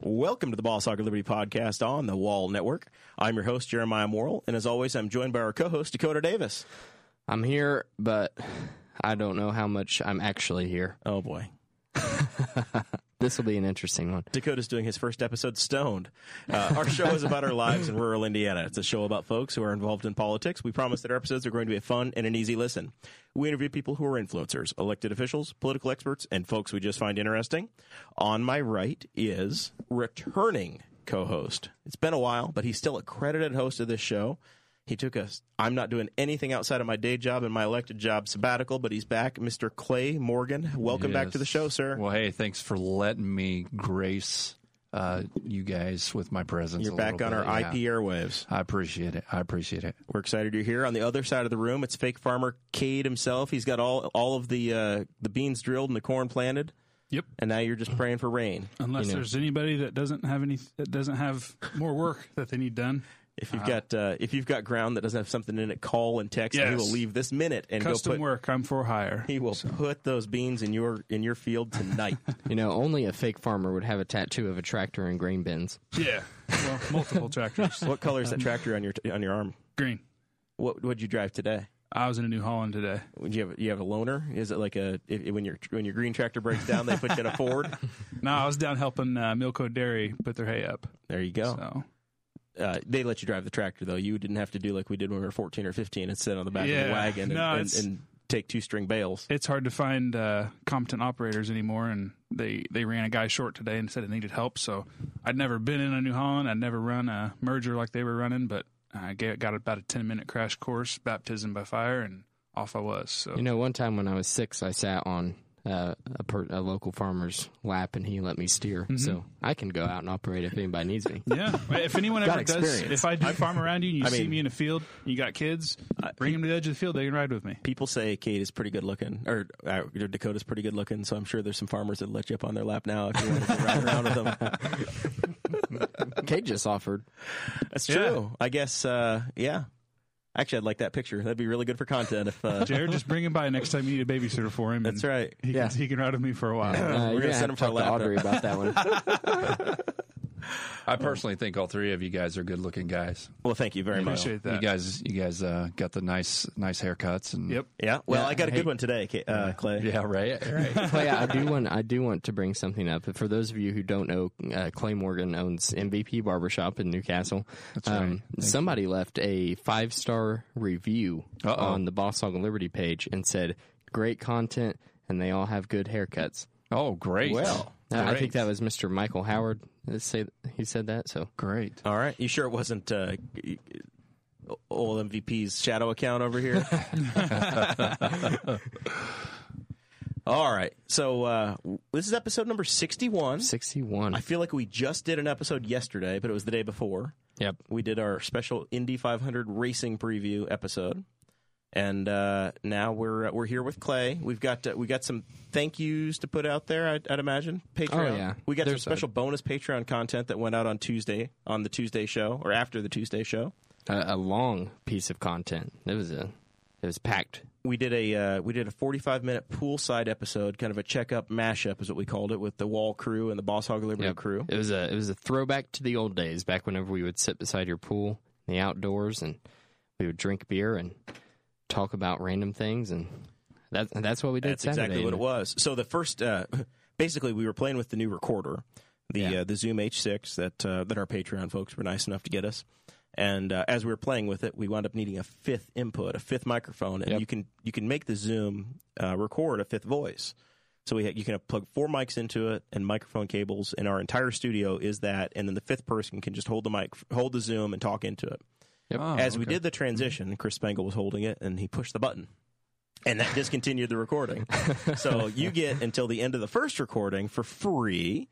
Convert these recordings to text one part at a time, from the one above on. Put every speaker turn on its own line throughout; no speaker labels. Welcome to the Ball Soccer Liberty podcast on the Wall Network. I'm your host, Jeremiah Morrill, and as always, I'm joined by our co host, Dakota Davis.
I'm here, but I don't know how much I'm actually here.
Oh boy.
This will be an interesting one.
Dakota's doing his first episode stoned. Uh, our show is about our lives in rural Indiana. It's a show about folks who are involved in politics. We promise that our episodes are going to be a fun and an easy listen. We interview people who are influencers, elected officials, political experts, and folks we just find interesting. On my right is returning co host. It's been a while, but he's still a credited host of this show. He took a I'm not doing anything outside of my day job and my elected job sabbatical, but he's back. Mr. Clay Morgan, welcome back to the
Yes.
show, sir.
Well, hey, thanks for letting me grace uh, you guys with my presence.
You're
a
back
little
on
bit.
our
Yeah.
IP airwaves.
I appreciate it. I appreciate it.
We're excited you're here. On the other side of the room, it's fake farmer Cade himself. He's got all all of the uh, the beans drilled and the corn planted,
Yep.
and now you're just praying for rain.
Unless
You know.
there's anybody that doesn't have any that doesn't have more work that they need done.
If you've
Uh-huh.
got uh, if you've got ground that doesn't have something in it, call and text. and He
Yes.
will leave this minute and
Custom
go put.
work. I'm for hire.
He will put those beans in your in your field tonight.
You know, only a fake farmer would have a tattoo of a tractor and grain bins.
Yeah. Well, multiple tractors.
what color
Um,
is that tractor on your on your arm?
Green.
What would you drive today?
I was in a New Holland today.
Would you have you have a loaner? Is it like a if, when your when your green tractor breaks down, they put you in a Ford?
No, I was down helping uh, Milko Dairy put their hay up.
There you go.
So
uh, they let you drive the tractor though. You didn't have to do like we did when we were fourteen or fifteen and sit on the back of the
Yeah.
wagon
No,
and, and,
it's-
and take two string bales.
it's hard to find uh, competent operators anymore, and they they ran a guy short today and said it needed help. So I'd never been in a New Holland. I'd never run a merger like they were running, but I gave, got about a ten minute crash course, baptism by fire, and off I was. So
You know, one time when I was six, I sat on uh, a, per- a local farmer's lap and he let me steer. So I can go out and operate if anybody needs me.
Yeah. If anyone ever
Got
does,
experience.
if I do farm around you and you
I
see
mean-
me in a field, you got kids, bring them to the edge of the field. They can ride with me.
People say Kate is pretty good looking, or uh, Dakota's pretty good looking. So I'm sure there's some farmers that let you up on their lap now if you want to go ride around with them.
Kate just offered.
That's
Yeah.
true. I guess. Uh, yeah. Actually, I'd like that picture. That'd be really good for content. If uh,
Jared, just bring him by next time you need a babysitter for him. and
that's right.
He,
Yeah.
can, he can ride with me for a
Uh,
while.
We're
you're
gonna
gonna
send
have
him for
to
a
talk to
lap,
Audrey
though.
about that one.
I personally think all three of you guys are good-looking guys.
Well, thank you very much.
Appreciate that.
You guys, you guys uh, got the nice, nice haircuts and
Yep.
Yeah. Well,
Yeah,
I got a
hey.
good one today, Kate, uh, Clay.
yeah, right, right.
Clay, I do want I do want to bring something up. For those of you who don't know, uh, Clay Morgan owns MVP Barbershop in Newcastle. That's
right.
somebody left a five star review
Uh-oh.
on the Boss Hog and Liberty page and said, "Great content, and they all have good haircuts."
oh, great.
Well,
Uh, I
great.
think that was Mr. Michael Howard. Let's say he said that. So
great.
All right. You sure it wasn't uh, old MVP's shadow account over here? All right. So uh, this is episode number 61.
sixty one.
I feel like we just did an episode yesterday, but it was the day before.
Yep.
We did our special Indy 500 racing preview episode. And uh, now we're uh, we're here with Clay. We've got uh, we got some thank yous to put out there. I'd, I'd imagine Patreon.
Oh, yeah.
We got
There's a-
some special bonus Patreon content that went out on Tuesday on the Tuesday show or after the Tuesday show.
A, a long piece of content. It was a it was packed.
we did a uh, we did a 45 minute poolside episode, kind of a checkup mashup is what we called it, with the Wall crew and the Boss Hog Liberty
Yep.
crew.
It was a it was a throwback to the old days, back whenever we would sit beside your pool in the outdoors and we would drink beer and talk about random things and that that's what we did
That's
Saturday.
exactly what it was. So the first, uh, basically, we were playing with the new recorder, the
Yeah.
uh, the Zoom H6 that uh, that our Patreon folks were nice enough to get us. And uh, as we were playing with it, we wound up needing a fifth input, a fifth microphone, and
Yep.
you can you can make the Zoom uh, record a fifth voice. So we ha- you can plug four mics into it and microphone cables, and our entire studio is that. And then the fifth person can just hold the mic, hold the Zoom, and talk into it.
Oh,
As we
okay.
Mm-hmm.
did the transition, Chris Spangle was holding it, and he pushed the button, and that discontinued the recording. so you get until the end of the first recording for free.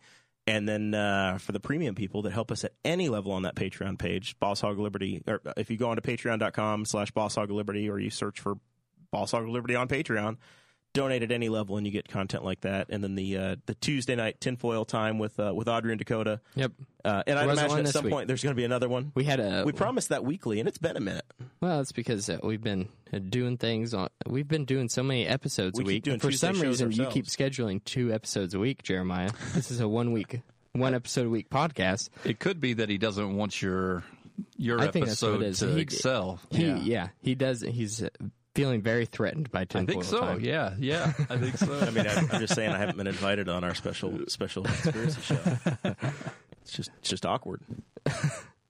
And then uh, for the premium people that help us at any level on that Patreon page, Boss Hog Liberty, or uh, if you go on to patreon.com slash Boss Hog Liberty or you search for Boss Hog Liberty on Patreon, donate at any level and you get content like that. And then the uh, the Tuesday night tinfoil time with uh, with Audrey and Dakota.
Yep.
Uh, and I
There was one
imagine at
this
some
week.
point there's going to be another one.
We had a
We promised that weekly, and it's been a minute.
Well, it's because uh, we've been uh, doing things on. We've been doing so many episodes
We
a
keep
week.
doing
For
Tuesday
some
shows
reason, you keep
ourselves.
scheduling two episodes a week, Jeremiah. This is a one week, one episode a week podcast.
It could be that he doesn't want your your
I think that's what
episode
it is.
to
He-
excel.
He, yeah. he does. He's uh, feeling very threatened by
I
tinfoil
think so.
time.
Yeah, yeah, I think so.
I mean, I'm, I'm just saying I haven't been invited on our special special conspiracy show. It's just it's just awkward.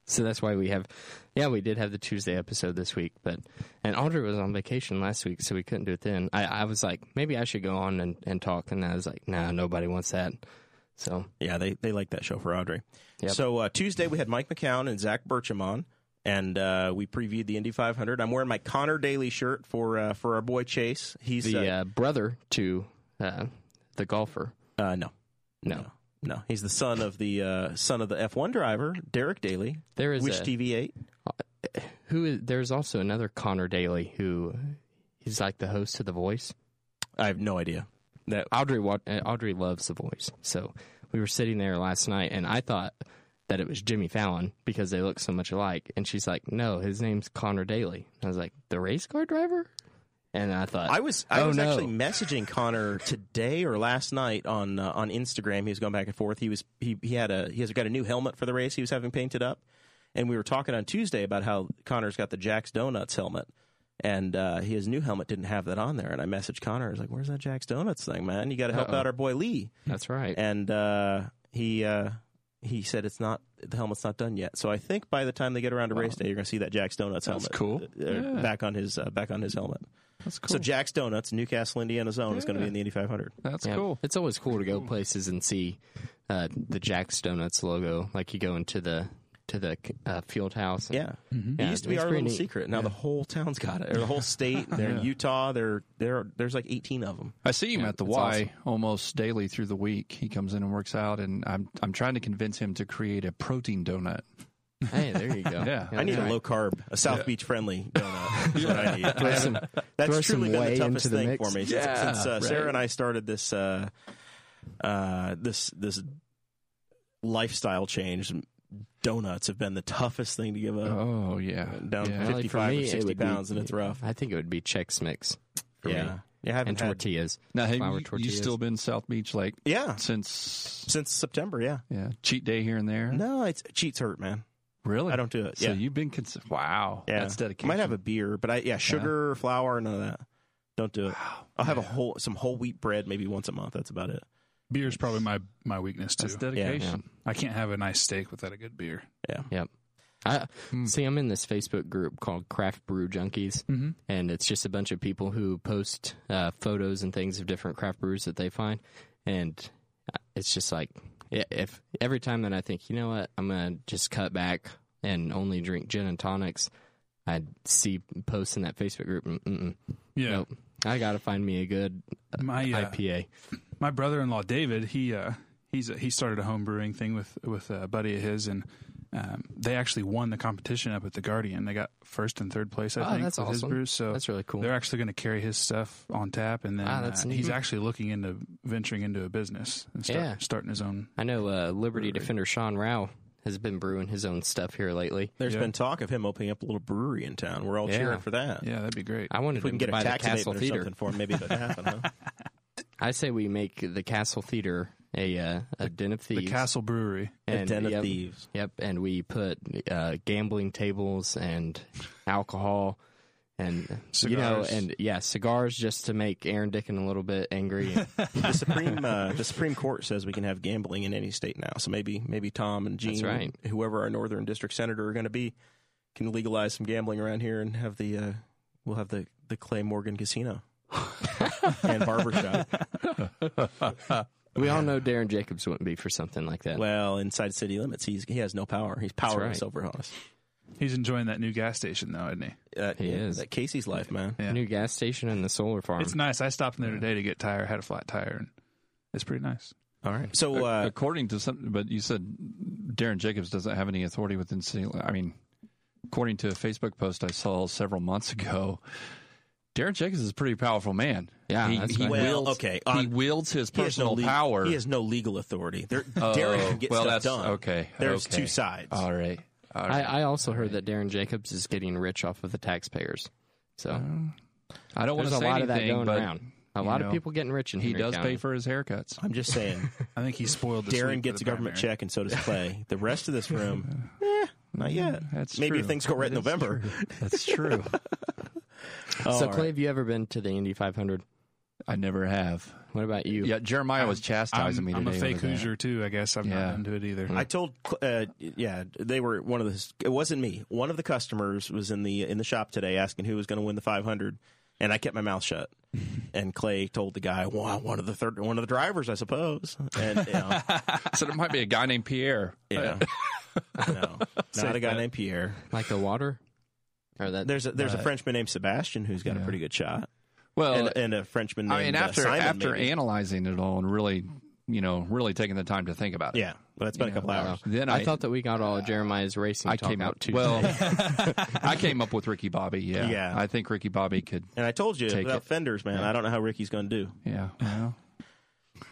So that's why we have. Yeah, we did have the Tuesday episode this week, but and Audrey was on vacation last week, so we couldn't do it then. I, I was like, maybe I should go on and, and talk, and I was like, nah, nobody wants that. So
Yeah, they they like that show for Audrey.
Yep.
So uh, Tuesday we had Mike McCown and Zach Burcham on, and uh, we previewed the Indy 500. I'm wearing my Connor Daly shirt for uh, for our boy Chase. He's
the
uh,
uh, brother to uh, the golfer.
uh, no,
No.
no, he's the son of the uh, son of the F1 driver Derek Daly.
There is
Which
a,
TV8?
who is, there's also another Connor Daly who he's like the host of The Voice.
I have no idea. That
Audrey wa- uh, Audrey loves The Voice, so we were sitting there last night, and I thought that it was Jimmy Fallon because they look so much alike. And she's like, "No, his name's Connor Daly." And I was like, "The race car driver?" And I thought,
I was I
Oh,
was
no.
actually messaging Connor today or last night on uh, on Instagram. He was going back and forth. He was he he had a he has got a new helmet for the race. He was having painted up, and we were talking on Tuesday about how Connor's got the Jack's Donuts helmet, and uh, his new helmet didn't have that on there. And I messaged Connor. I was like, "Where's that Jack's Donuts thing, man? You got to help
Uh-oh.
out our boy Lee."
"That's right."
And uh, he uh, he said it's not the helmet's not done yet. So I think by the time they get around to race day, you're going to see that Jack's Donuts
That's
helmet
cool.
uh,
Yeah.
back on his uh, back on his helmet.
that's cool.
So Jack's Donuts, Newcastle, Indiana zone is going to be in the Indy 500.
that's
Yeah.
cool.
It's always cool to go places and see uh, the Jack's Donuts logo. Like you go into the to the uh, field house.
Yeah,
Mm-hmm. Yeah,
it used to be
it's
our
pretty
little
neat.
secret. Now the whole town's got it, or the whole state. They're in Utah. They're, they're there's like 18 of them.
I see him at the
that's
Y almost daily through the week. He comes in and works out, and I'm I'm trying to convince him to create a protein donut.
Hey, there you go.
Yeah.
I need
that's
a
right.
low carb, a South Beach friendly donut. That's what I need. I
some-
haven't- that's
throw some
truly been
whey
the toughest
into the
thing
mix.
for me since,
Yeah,
since, uh, Sarah
right.
and I started this uh, uh, this this lifestyle change. Donuts have been the toughest thing to give up.
Oh yeah,
Uh, Down
yeah.
Well, like, for
55
me,
or
it
60
would be-
pounds, and it's rough.
I think it would be Chex Mix for
yeah,
me
yeah, I haven't
and
had-
tortillas.
Now have
Flour
you, you
tortillas.
still been South Beach like
Yeah,
since
since September. Yeah,
yeah cheat day here and there?
no, it's cheats hurt, man.
really,
I don't do it.
So
Yeah.
you've been consistent. Wow,
Yeah.
that's dedication.
Might have a beer, but I yeah, sugar, flour, none of that. Don't do it. I'll have a whole some whole wheat bread maybe once a month. That's about it.
Beer's probably my my weakness too.
that's dedication.
I can't have a nice steak without a good beer.
Yep. I, See, I'm in this Facebook group called Craft Brew Junkies,
Mm-hmm.
Mhm.
and it's just a bunch of people who post uh, photos and things of different craft brews that they find, and uh, it's just like i- if every time that I think, you know what, I'm gonna just cut back and only drink gin and tonics, I see posts in that Facebook group. mm, Mm-mm,
Yeah.
Nope, I gotta find me a good uh,
My uh,
IPA.
my brother-in-law David, he uh, he's he started a home brewing thing with with a buddy of his, and um, they actually won the competition up at the Guardian. They got first and third place, I
Oh,
think,
that's
with his
awesome.
brews. So
That's really cool.
they're actually going to carry his stuff on tap, and then
Ah, that's
uh,
neat.
he's actually looking into venturing into a business and start,
Yeah.
starting his own.
I know uh, Liberty Defender Sean Rao has been brewing his own stuff here lately.
There's
Yeah.
been talk of him opening up a little brewery in town. We're all
Yeah.
cheering for that.
Yeah, that'd be great.
I wanted
If we
to
can get
buy
a
the
tax
Castle
abatement or
Theater.
something for him, maybe it would happen. Huh?
I say we make the Castle Theater a uh, a den of thieves.
The Castle Brewery.
a den of
yep,
thieves.
Yep, and we put uh, gambling tables and alcohol and you know
Cigars.
and yeah, cigars just to make Aaron Dickin a little bit angry.
The Supreme uh, the Supreme Court says we can have gambling in any state now. So maybe maybe Tom and Gene,
right.
whoever our northern district senator are going to be, can legalize some gambling around here and have the uh, we'll have the the Clay Morgan Casino. and barbershop.
We all know Darren Jacobs wouldn't be for something like that.
well, inside city limits, he's he has no power. He's powerless
right.
over us.
He's enjoying that new gas station though, isn't he?
That,
He is.
that Casey's life, man.
Yeah.
New gas station and the solar farm.
It's nice. I stopped in there today to get tire. Had a flat tire, and it's pretty nice.
All right. So uh,
according to some, but you said Darren Jacobs doesn't have any authority within city. I mean, according to a Facebook post I saw several months ago, Darren Jacobs is a pretty powerful man.
Yeah,
he,
that's
he
right.
Well,
wields,
okay,
he
on-
wields his
he has no
personal
le-
power.
He has no legal authority. There,
Oh,
Darren can get
well,
stuff
that's
done.
okay.
There's
okay.
two sides.
All right, all
I,
right.
I also heard that Darren Jacobs is getting rich off of the taxpayers. So
I, don't want
there's
to
a
say
lot of that
anything,
going
but
around. A lot
know,
of people getting rich in
He
Henry
does
County.
pay for his haircuts.
I'm just saying.
I think he spoiled. The
Darren gets a government check, and so does Clay. the rest of this room, eh, not yet.
Mm-hmm. That's
Maybe
true.
if things go right in
That is
November.
true. That's true.
Oh, All
So
right.
Clay, have you ever been to the Indy 500?
I never have.
What about you?
Yeah, Jeremiah was
I'm,
chastising me
I'm
today.
a fake
over that.
Hoosier too. I guess I'm
Yeah.
not into it either.
Hmm.
I told, uh, yeah, they were one of the. It wasn't me. One of the customers was in the in the shop today asking who was going to win the 500, and I kept my mouth shut. And Clay told the guy, "Well, I'm one of the third, one of the drivers, I suppose." And you know,
So there might be a guy named Pierre.
yeah, no, not a guy named Pierre.
Like the water? Or that?
There's a, there's a Frenchman named Sebastian who's got a pretty good shot,
Well,
and, and a Frenchman named
Oh, I mean,
uh,
after
Simon,
after
maybe.
analyzing it all and really, you know, really taking the time to think about it. Uh,
yeah, well, it's been a couple hours.
Then
I,
I,
thought that we got all of Jeremiah's racing
I
talk
came
out
out
too.
well. I came up with Ricky Bobby. Yeah,
Yeah.
I think Ricky Bobby could.
And I told you
Take
without
it.
fenders, man, I don't know how Ricky's going to do.
Yeah. Well,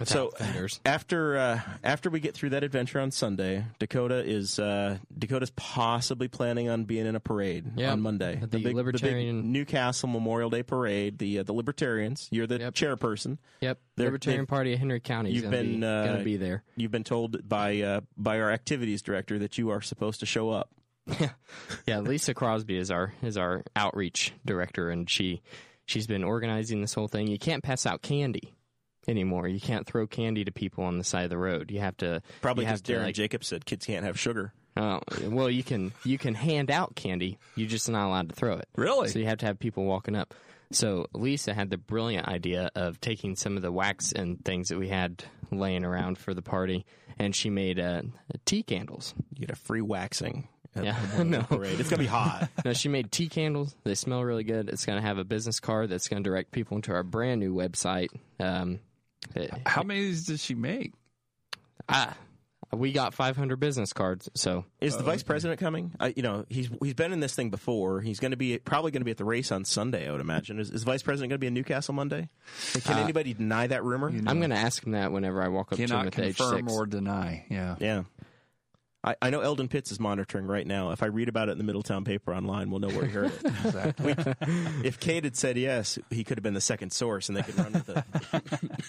so
fenders.
after uh, after we get through that adventure on Sunday, Dakota is uh, Dakota's possibly planning on being in a parade
Yeah.
on Monday.
The Libertarian-
Newcastle Memorial Day parade. The uh, the Libertarians. You're the
Yep.
chairperson.
yep.
They're-
Libertarian
they've-
Party of Henry County is
You've
going
been uh,
to be there.
You've been told by uh, by our activities director that you are supposed to show up.
Yeah, Lisa Crosby is our is our outreach director, and she she's been organizing this whole thing. You can't pass out candy anymore. You can't throw candy to people on the side of the road. You have to
Probably
you have
because Darren
to, like,
Jacobs said kids can't have sugar.
uh, well, you can you can hand out candy. You're just not allowed to throw it.
Really?
So you have to have people walking up. So Lisa had the brilliant idea of taking some of the wax and things that we had laying around for the party, and she made uh, tea candles.
You get a free waxing. at
Yeah,
the Memorial Day
no.
parade. It's gonna be hot.
No, she made tea candles. They smell really good. It's going to have a business card that's going to direct people into our brand new website. Um, it-
how many of these did she make?
ah, we got 500 business cards. So
Is the vice president coming? I, you know, he's he's been in this thing before. He's going to be probably going to be at the race on Sunday. I would imagine. Is, is vice president going to be in Newcastle Monday? And
Uh,
can anybody deny that rumor?
I'm going to ask him that whenever I walk up to him
Cannot
at the age
confirm
six.
or deny. Yeah.
yeah. I, I know Eldon Pitts is monitoring right now. If I read about it in the Middletown paper online, we'll know where he heard it.
Exactly.
if Kate had said yes, he could have been the second source, and they could run with it.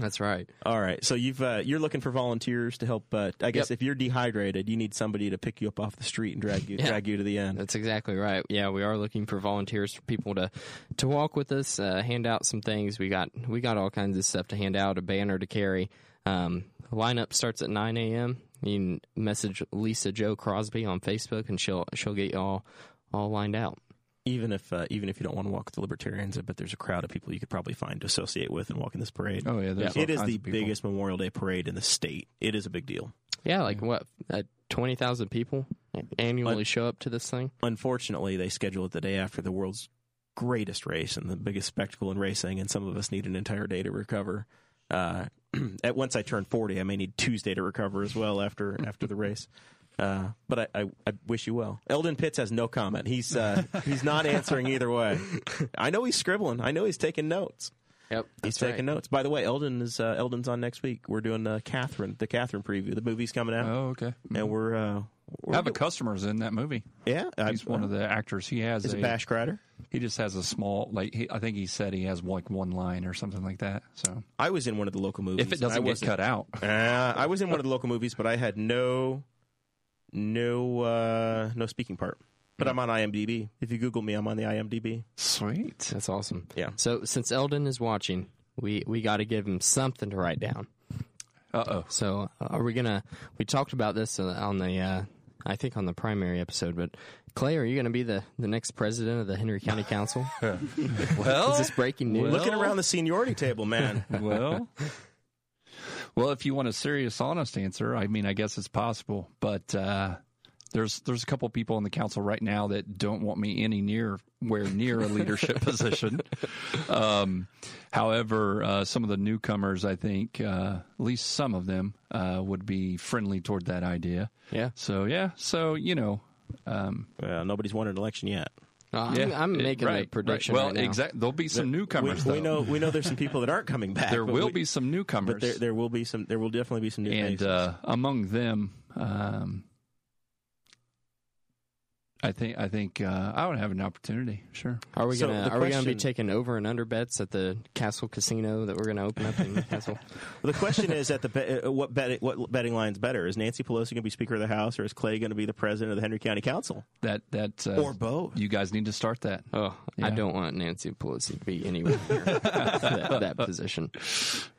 That's right.
All right, so you've uh, you're looking for volunteers to help. Uh, I guess
Yep.
if you're dehydrated, you need somebody to pick you up off the street and drag you
Yeah.
drag you to the end.
That's exactly right. Yeah, we are looking for volunteers for people to to walk with us, uh, hand out some things. We got we got all kinds of stuff to hand out, a banner to carry. Um, lineup starts at 9 a.m. You can message Lisa Joe Crosby on Facebook, and she'll she'll get y'all all lined out.
even if uh, even if you don't want to walk with the libertarians, I bet there's a crowd of people you could probably find to associate with and walk in this parade.
Oh yeah. There's all
it is
kinds
the
of people.
biggest Memorial Day parade in the state. It is a big deal.
Yeah, like what uh, 20,000 people annually show up to this thing.
Unfortunately, they schedule it the day after the world's greatest race and the biggest spectacle in racing, and some of us need an entire day to recover. Uh, at once I turn forty, I may need Tuesday to recover as well after after the race. Uh, but I, I, I wish you well. Eldon Pitts has no comment. He's uh, he's not answering either way. I know he's scribbling. I know he's taking notes.
Yep,
He's taking notes. By the way, Eldon is uh, Eldon's on next week. We're doing uh, Catherine, the Catherine preview. The movie's coming out,
Oh okay.
and we're, uh, we're
Have a customers in that movie.
yeah.
He's one of the actors. He has
is
a
it Bash Crider?
he just has a small like he, I think he said he has like one line or something like that. So
I was in one of the local movies.
if it
I
doesn't get
wasn't-
cut out,
Uh, I was in one of the local movies, but I had no, no, uh, no speaking part. But I'm on IMDb. If you Google me, I'm on the IMDb.
sweet.
That's awesome.
Yeah.
So since Eldon is watching, we we got to give him something to write down.
Uh oh.
So, are we gonna? We talked about this uh, on the uh, I think on the primary episode, but Clay, are you going to be the, the next president of the Henry County Council?
Well,
Is this breaking news?
Looking around the seniority table, man.
well, well, if you want a serious, honest answer, I mean, I guess it's possible, but uh, there's there's a couple people in the council right now that don't want me any near where near a leadership position. Um, however, uh, some of the newcomers, I think, uh, at least some of them, uh, would be friendly toward that idea.
yeah.
So yeah, so you know, um,
Well, nobody's won an election yet.
Uh, I'm,
yeah,
I'm
it-
making
right,
a prediction.
Right. Well,
right now.
exact. There'll be some
We,
newcomers.
we
though.
know we know there's some people that aren't coming back.
there
but
will
we-
be some newcomers.
but there there will be some. There will definitely be some new
and
faces.
uh, among them, um, I think I think uh, I would have an opportunity. Sure.
Are we
So
gonna
the
Are we gonna be
question-
taking over and under bets at the Castle Casino that we're gonna open up in Castle?
the question is at the be- uh, what bet- what betting line's better? Is Nancy Pelosi going to be Speaker of the House, or is Clay going to be the President of the Henry County Council,
That that uh,
or both?
you guys need to start that.
Oh,
Yeah.
I don't want Nancy Pelosi to be anywhere near that, that position.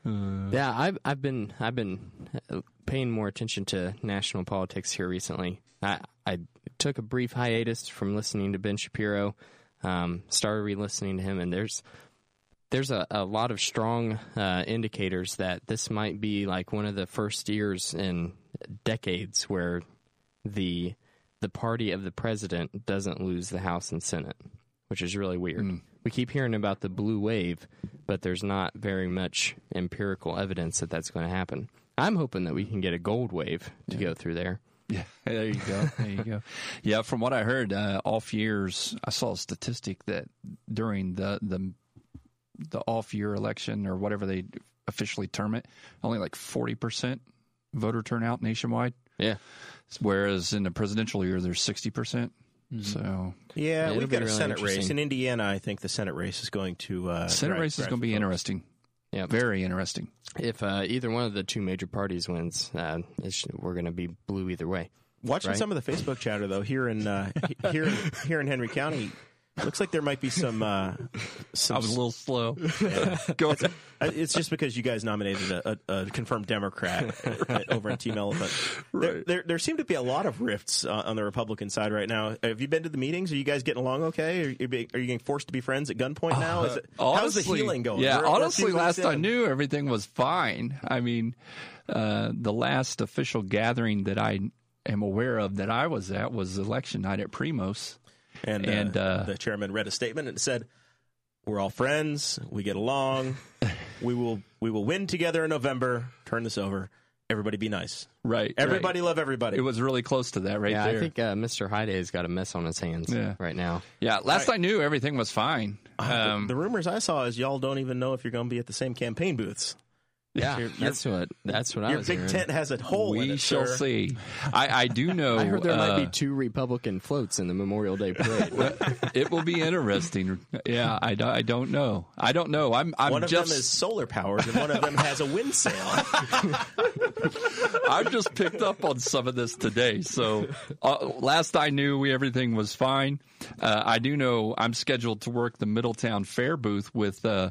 Uh,
yeah, I've I've been I've been uh, paying more attention to national politics here recently. I I took a brief hiatus from listening to Ben Shapiro, um, started re-listening to him, and there's there's a, a lot of strong uh, indicators that this might be like one of the first years in decades where the the party of the president doesn't lose the House and Senate, which is really weird.
Mm.
We keep hearing about the blue wave, but there's not very much empirical evidence that that's going to happen. I'm hoping that we can get a gold wave to go through there.
Yeah, there you go. There you go. Yeah, from what I heard, uh, off years, I saw a statistic that during the the the off year election or whatever they officially term it, only like forty percent voter turnout nationwide.
Yeah.
Whereas in the presidential year, there's sixty percent. So
Yeah,
It'll
we've
be
got a
really
Senate race
interesting.
in Indiana. I think the Senate race is going to uh,
Senate
drive-
race is
drive
going to be
folks.
interesting.
Yeah.
Very interesting.
If uh, either one of the two major parties wins, uh, it's, we're going to be blue either way.
Watching
right?
some of the Facebook chatter though here in uh, he- here here in Henry County, looks like there might be some. Uh, some
little slow.
I- It's just because you guys nominated a, a, a confirmed Democrat right, over at Team Elephant. There, there, there seem to be a lot of rifts uh, on the Republican side right now. Have you been to the meetings? Are you guys getting along okay? Are you, being, are you getting forced to be friends at gunpoint now? Is it, how's the healing going?
Uh, Yeah,
We're- we're a few
honestly,
weeks
last I
in.
knew, everything was fine. I mean, uh, the last official gathering that I am aware of that I was at was election night at Primos.
and,
and,
uh,
uh,
the chairman read a statement and said, "We're all friends. We get along. we will we will win together in November. Turn this over. Everybody be nice.
Right.
Everybody love everybody."
It was really close to that right
yeah,
there.
I think uh, Mr. Hyde's got a mess on his hands
Yeah.
right now.
yeah, last I knew, everything was fine. Um,
the rumors I saw is y'all don't even know if you're going to be at the same campaign booths.
Yeah,
Your-
that's what that's what I
Your
was
big
hearing.
tent has a hole in
we
it,
shall
sir.
see. I, I do know.
I heard there might
uh,
be two Republican floats in the Memorial Day parade.
it will be interesting. Yeah, I, do, not know. I don't know. I'm I'm
One of
just
them is solar powered, and one of them has a wind sail.
I've just picked up on some of this today. So uh, last I knew, we everything was fine. Uh, I do know I'm scheduled to work the Middletown Fair booth with. Uh,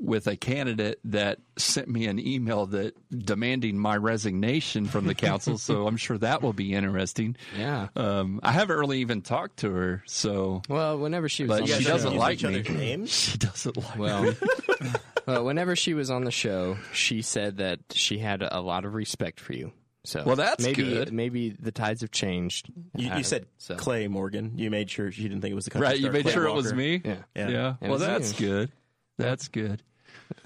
with a candidate that sent me an email that demanding my resignation from the council, so I'm sure that will be interesting.
Yeah.
um, I haven't really even talked to her, so
Well, whenever she was,
But
on
she
the
You guys
show,
doesn't
use
like
each other's
me.
names.
she doesn't like.
Well, well, whenever she was on the show, she said that she had a lot of respect for you. So,
Well, that's
maybe,
good.
Maybe the tides have changed.
You,
Uh,
you said
so.
Clay Morgan. You made sure she didn't think it was the country
Right, you
star
made
Clay
sure it was
Walker.
me.
Yeah.
Yeah.
It
Well,
was
that's
you.
good. That's good.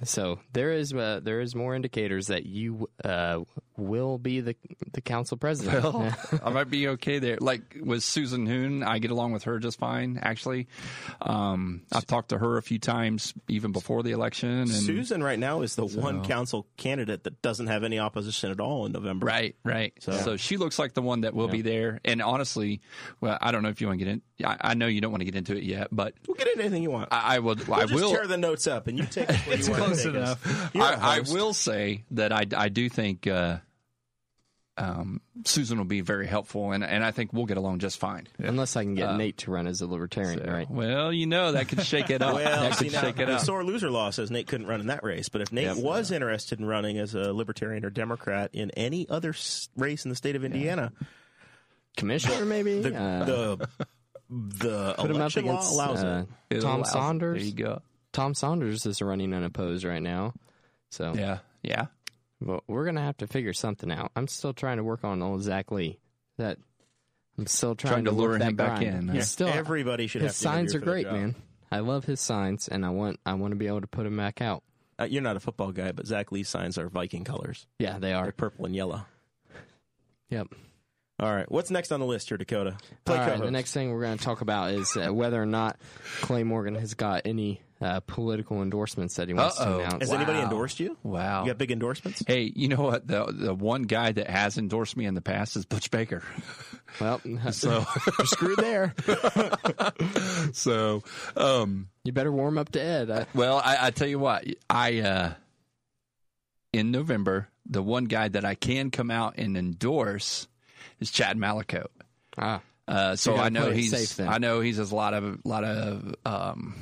So there is uh, there is more indicators that you uh, will be the the council president.
Well, I might be okay there. Like with Susan Hoon, I get along with her just fine. Actually, um, I've talked to her a few times even before the election. And,
Susan right now is the one council candidate that doesn't have any opposition at all in November.
Right, right. So, she looks like the one that will be there. And honestly, well, I don't know if you want to get in. I, I know you don't want to get into it yet, but
We'll get into anything you want.
I, I will. I
we'll just
will.
tear the notes up, and you take us where
It's
you want
close
to take us.
enough.
You're a
I, I
host.
will say that I, I do think uh, um, Susan will be very helpful, and, and I think we'll get along just fine.
Unless I can
Uh,
get Nate to run as a libertarian, right?
Well, you know that could shake it up.
Well,
that
see,
could
now,
shake it
the
up.
sore loser law says Nate couldn't run in that race, but if Nate was interested in running as a libertarian or Democrat in any other s- race in the state of Indiana,
commissioner, maybe
The
Uh,
the the
put him up
election law
against
allows
uh,
it.
It
Tom
allows- There
Saunders.
you go.
Tom Saunders is running unopposed right now, so
Yeah. Yeah.
but we're gonna have to figure something out. I'm still trying to work on old Zach Lee. That I'm still trying,
Trying to
work
lure
that
him back
grind.
in, huh?
He's Still,
Everybody should
his
have to
signs
interview
are
for the
great,
job.
man. I love his signs, and I want I want to be able to put him back out.
Uh, you're not a football guy, but Zach Lee's signs are Viking colors.
Yeah, they
They're
are.
purple and yellow.
Yep.
All right, what's next on the list here, Dakota? Play
All right,
co-host.
the next thing we're going to talk about is uh, whether or not Clay Morgan has got any uh, political endorsements that he wants
Uh-oh.
to announce.
Has anybody
Wow.
endorsed you?
Wow.
You got big endorsements?
Hey, you know what? The the one guy that has endorsed me in the past is Butch Baker.
Well,
So
you're screwed there.
so um
You better warm up to Ed. I,
well, I, I tell you what, I uh in November, the one guy that I can come out and endorse is Chad Malico.
ah,
Uh, so
You're gonna
I know
play it
he's
safe then.
I know he's has a lot of lot of um,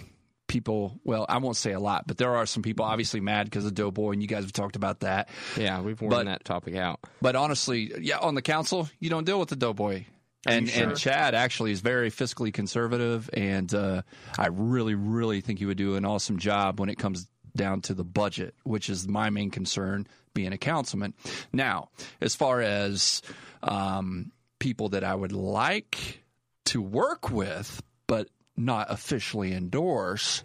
people. Well, I won't say a lot, but there are some people obviously mad because of Doughboy, and you guys have talked about that.
yeah, we've worn
But-
that topic out.
But honestly, yeah, on the council, you don't deal with the doughboy. And and Chad actually is very fiscally conservative, and uh, I really, really think he would do an awesome job when it comes down to the budget, which is my main concern being a councilman. Now, as far as um, people that I would like to work with, but not officially endorse,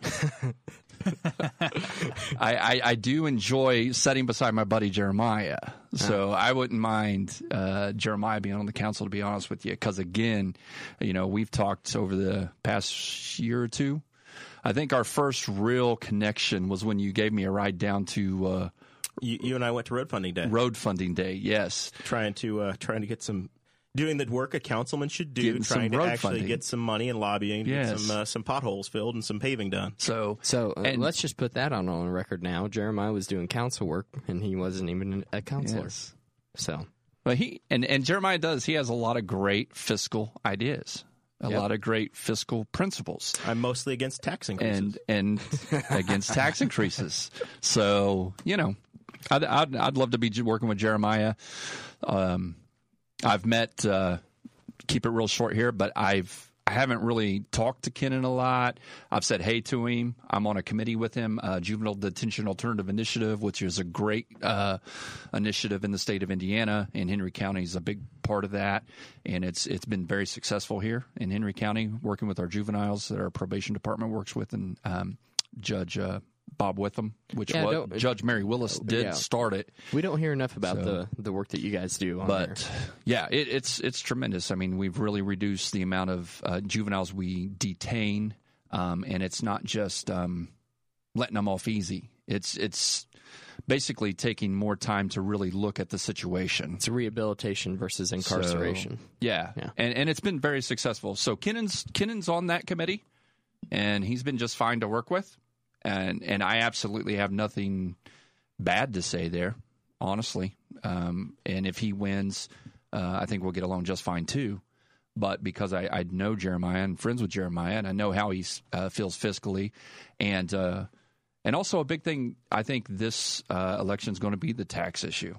I, I, I do enjoy sitting beside my buddy Jeremiah. So I wouldn't mind uh, Jeremiah being on the council, to be honest with you. Because again, you know, we've talked over the past year or two. I think our first real connection was when you gave me a ride down to uh,
You, you and I went to road funding day,
Road Funding Day. Yes.
trying to uh, trying to get some doing the work a councilman should do,
Getting some
trying to
road
actually
funding.
get some money and lobbying, to get
Yes.
some uh, some potholes filled and some paving done.
So
So uh,
And-
let's just put that on on record now. Jeremiah was doing council work, and he wasn't even a counselor.
Yes.
So
But he and, and Jeremiah does. He has a lot of great fiscal ideas, a
Yep.
lot of great fiscal principles.
I'm mostly against tax increases.
and and against tax increases. So you know, I'd I'd, I'd love to be j- working with Jeremiah. Um, I've met. Uh, keep it real short here, but I've. I haven't really talked to Kenan a lot. I've said hey to him. I'm on a committee with him, uh, Juvenile Detention Alternative Initiative, which is a great uh, initiative in the state of Indiana, and Henry County is a big part of that. And it's it's been very successful here in Henry County, working with our juveniles that our probation department works with, and um, Judge uh, Bob Witham, which
Yeah,
was,
don't- Oh,
Judge Mary Willis did
yeah.
start it
we don't hear enough about the the work that you guys do. On there.
but yeah, it, it's it's tremendous. I mean, we've really reduced the amount of uh, juveniles we detain, um, and it's not just um, letting them off easy. It's it's basically taking more time to really look at the situation.
it's rehabilitation versus incarceration.
So, yeah.
Yeah.
And and it's been very successful. So Kinnon's Kinnon's on that committee and he's been just fine to work with. And and I absolutely have nothing bad to say there, honestly. Um, and if he wins, uh, I think we'll get along just fine too. But because I, I know Jeremiah and friends with Jeremiah, and I know how he uh, feels fiscally, and uh, and also a big thing I think this uh, election is going to be the tax issue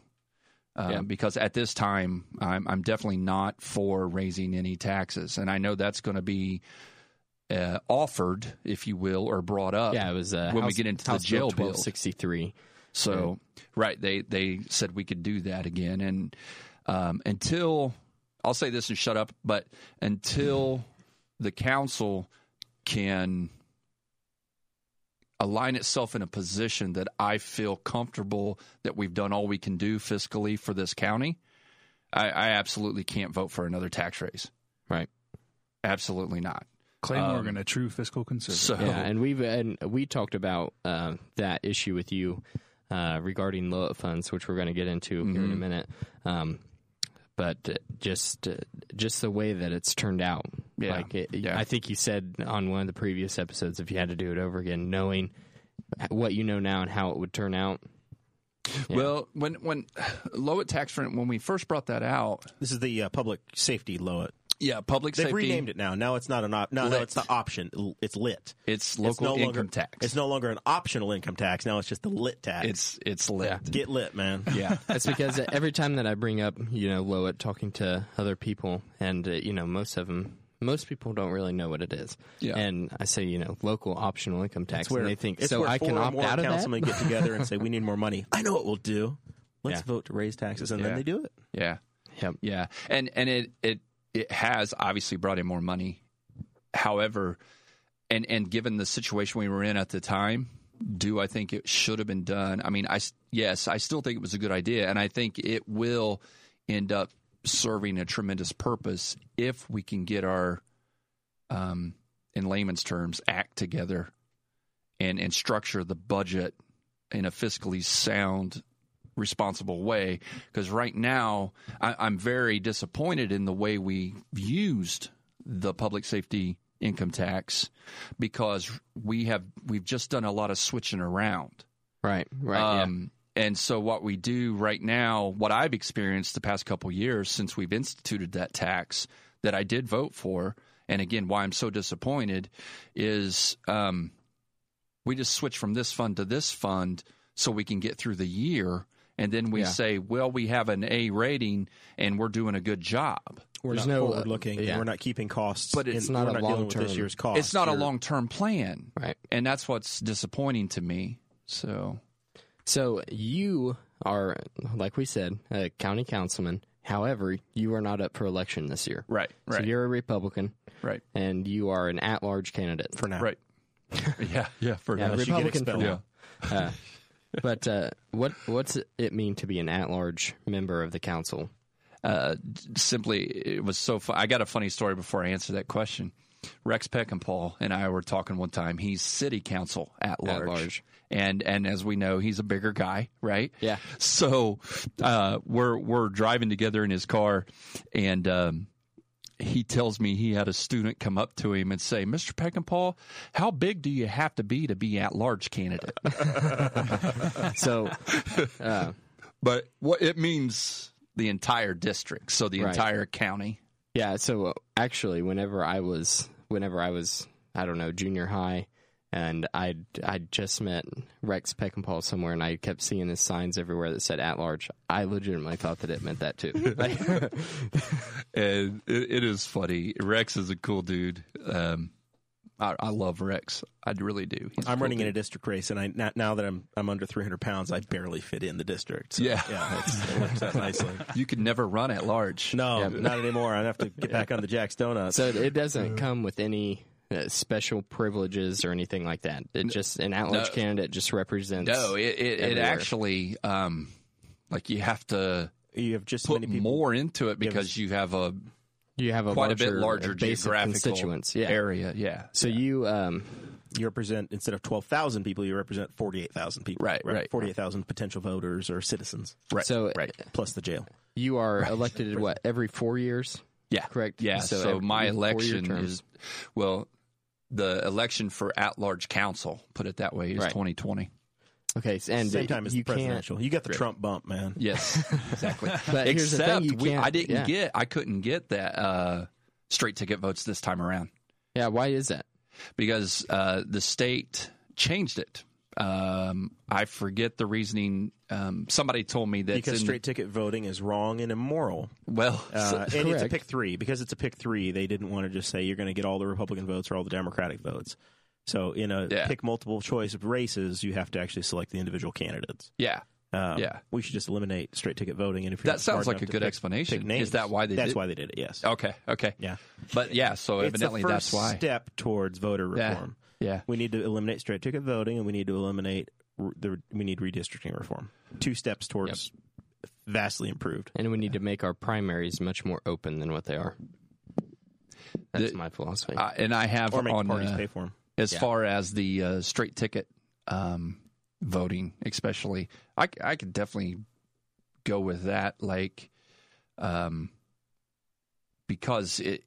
um,
Yeah.
because at this time I'm, I'm definitely not for raising any taxes, and I know that's going to be uh, offered, if you will, or brought up.
yeah, it was uh,
when we
House-
get into the
House
jail bill.
twelve sixty three.
So right, they they said we could do that again, and um, until I'll say this and shut up, but until the council can align itself in a position that I feel comfortable that we've done all we can do fiscally for this county, I, I absolutely can't vote for another tax raise.
Right.
Absolutely not.
Clay
Um,
Morgan, a true fiscal conservative.
So
Yeah, and we've and we talked about uh, that issue with you uh, regarding low funds, which we're going to get into here in a
Mhm.
minute. Um, but uh, just uh, just the way that it's turned out,
Yeah,
like it,
yeah.
I think you said on one of the previous episodes, if you had to do it over again, knowing what you know now and how it would turn out. Yeah.
Well, when when Lowit tax rent when we first brought that out,
this is the uh, public safety law.
Yeah, public
They've
safety.
renamed it now. Now it's not an op- no, no,
Lit.
it's the option. L- It's lit.
It's local
it's no
income
longer,
tax.
It's no longer an optional income tax. Now it's just the lit tax.
It's it's lit.
Yeah.
get lit, man.
Yeah.
That's because uh, every time that I bring up, you know, Lowit talking to other people, and uh, you know, most of them, most people don't really know what it is.
Yeah.
And I say, you know, local optional income tax, and they think
it's
so.
where
I
four
can
or
opt
more
out of
councilmen
that.
get together and say we need more money. I know what we'll do. Let's
Yeah.
vote to raise taxes, and then
Yeah.
they do it.
Yeah.
Yep.
Yeah. And and it it it has obviously brought in more money. However, and and given the situation we were in at the time, do I think it should have been done? I mean, I s- yes, I still think it was a good idea and I think it will end up serving a tremendous purpose if we can get our um in layman's terms act together and and structure the budget in a fiscally sound responsible way because right now I, I'm very disappointed in the way we used the public safety income tax because we have we've just done a lot of switching around
Right. Right.
um, And so what we do right now, what I've experienced the past couple years since we've instituted that tax that I did vote for, and again why I'm so disappointed is um, we just switch from this fund to this fund so we can get through the year. And then we
Yeah.
say, well, we have an A rating and we're doing a good job.
We're
There's
not
no, uh,
forward looking.
yeah.
We're not keeping costs.
But it's
and
not
we're
a
not dealing with this
long-term-
year's cost.
it's not a
You're-
long term plan.
yeah. Right.
And that's what's disappointing to me. So,
So you are, like we said, a county councilman. However, you are not up for election this year.
right,
So you're a Republican,
right,
and you are an at-large candidate.
for now.
right. yeah, yeah, for
Yeah,
now.
Unless you get
Republican for
expelled.
now. Uh, but uh, what what's it mean to be an at-large member of the council?
uh, simply it was so fun. I got a funny story before I answer that question. Rex Peckinpah and I were talking one time. He's city council at large.
large.
And and as we know, he's a bigger guy, right?
Yeah.
So uh, we're we're driving together in his car, and um, he tells me he had a student come up to him and say, "Mr. Peckinpah, how big do you have to be to be at large candidate?"
So, uh,
but what it means the entire district, so the
Right.
entire county.
yeah. So uh, actually, whenever I was whenever I was I don't know junior high, and I I just met Rex Peckinpah somewhere, and I kept seeing his signs everywhere that said "at-large." I legitimately thought that it meant that too. Like,
and it, it is funny. Rex is a cool dude. Um, I, I love Rex. I really do. He's a
I'm
cool
running in a
dude.
district race, and I now- now that I'm I'm under 300 pounds, I barely fit in the district. So,
Yeah.
yeah, it's, it works out nicely.
You could never run at large.
No,
Yeah.
not anymore. I have to get back on the Jack's Donuts.
so it doesn't come with any. Uh, special privileges or anything like that. It just an at-large
No.
candidate just represents.
no. It it, it
Everywhere.
actually um, like you have to
you have just
put
many people.
more into it because you have a
you have a
quite
larger,
a bit larger
base of
geographical
constituents. Yeah.
area. Yeah.
So you, um,
You represent instead of 12,000 people, you represent 48,000 people.
Right, right.
48,000 potential voters or citizens,
Right.
so
right.
plus the jail.
you are elected what every four years?
Yeah.
correct?
Yeah.
So
So,
every-
my
four-year
election
terms.
is well, the election for at large council, put it that way, is
Right.
2020.
Okay, s- and
Same time as
you
the presidential. You got the
Right.
Trump bump, man.
Yes, exactly.
But here's the
Except
thing, you
we,
can't-
I didn't
yeah.
get, I couldn't get that uh, straight ticket votes this time around
Can't, yeah, why is that?
because uh, the state changed it. Um, I forget the reasoning. Um, somebody told me that
Because
in,
straight ticket voting is wrong and immoral.
Well,
Uh, and it's a
correct.
pick three. Because it's a pick three, they didn't want to just say you're going to get all the Republican votes or all the Democratic votes. So in a
Yeah.
pick multiple choice of races, you have to actually select the individual candidates.
yeah,
Um,
Yeah.
we should just eliminate straight ticket voting. And if you're
That
not
sounds
smart
like
enough
a
to
good
pick-
explanation.
pick names,
Is that why they
That's
did-
why they did it. Yes.
okay, okay,
Yeah.
but yeah, so
It's
evidently
the
that's
first
why.
step towards voter
Yeah.
reform.
Yeah,
We need to eliminate straight ticket voting, and we need to eliminate r- the. We need redistricting reform. Two steps towards vastly improved.
And we need to make our primaries much more open than what they are. That's
The-
my philosophy.
uh, and I have
Or make
on
parties
uh,
pay for them.
as
Yeah.
far as the uh, straight ticket um, voting, especially. I, c- I could definitely go with that, like, um, because it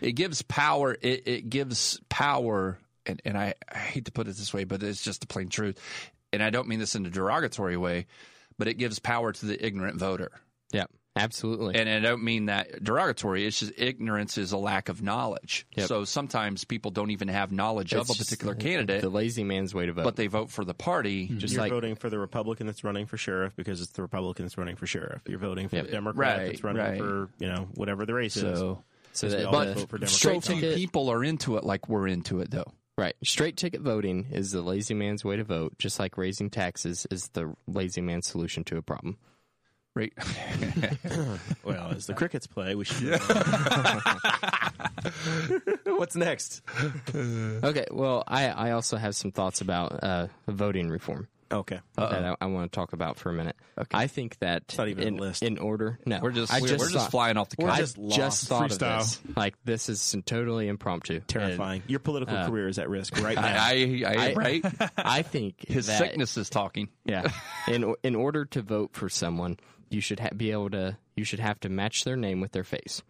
it gives power. It, it gives power, and, and I, I hate to put it this way, but it's just the plain truth. And I don't mean this in a derogatory way, but it gives power to the ignorant voter.
yeah, Absolutely.
And I don't mean that derogatory. It's just ignorance is a lack of knowledge.
Yep.
So sometimes people don't even have knowledge
It's
of a
just
particular
the-
candidate,
The Mm-hmm. lazy man's way to vote.
but they vote for the party.
just
You're
like
voting for the Republican that's running for sheriff because it's the Republican that's running for sheriff. You're voting for
Yeah,
the Democrat
right,
that's running
right.
for you know whatever the race is.
So,
so uh,
we
that
all
the-
vote for Democrats.
so
straight
few
ticket,
people are into it like we're into it, though.
right? Straight ticket voting is the lazy man's way to vote. Just like raising taxes is the lazy man's solution to a problem.
Right?
Well, as the crickets play, we should. What's next?
Okay. Well, I I also have some thoughts about uh, voting reform.
Okay.
Uh,
that I, I want to talk about for a minute. Okay. I think that
not even a
in,
list.
in order. No,
we're just,
I
we're, we're just
thought-
flying off the
We're
I
couch.
just
just,
lost.
thought of
Freestyle.
this. Like this is totally impromptu.
Terrifying. Your political career is at risk right now.
uh, I, I,
I-
right?
I think
His
that,
sickness is talking.
Yeah. in in order to vote for someone, you should ha- be able to. You should have to match their name with their face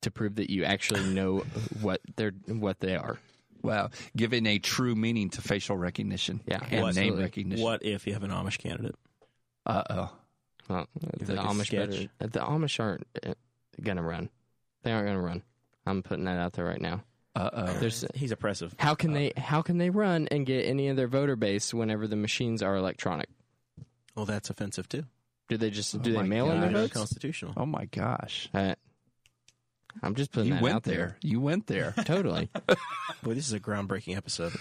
to prove that you actually know what they're what they are.
Wow. Giving a true meaning to facial recognition
Yeah.
and name
Absolutely.
recognition.
what if you have an Amish candidate?
Uh oh.
Well, the
like a
Amish better,
sketch.
the Amish aren't uh, gonna run. They aren't gonna run. I'm putting that out there right now.
Uh oh.
There's
He's oppressive.
How can they how can they run and get any of their voter base whenever the machines are electronic?
Well, that's offensive too.
Do they just do
Oh my
they mail in
God.
their votes?
Unconstitutional.
Oh my gosh.
Uh, I'm just putting
You
that
went
out there.
there. You went there.
totally.
Boy, this is a groundbreaking episode.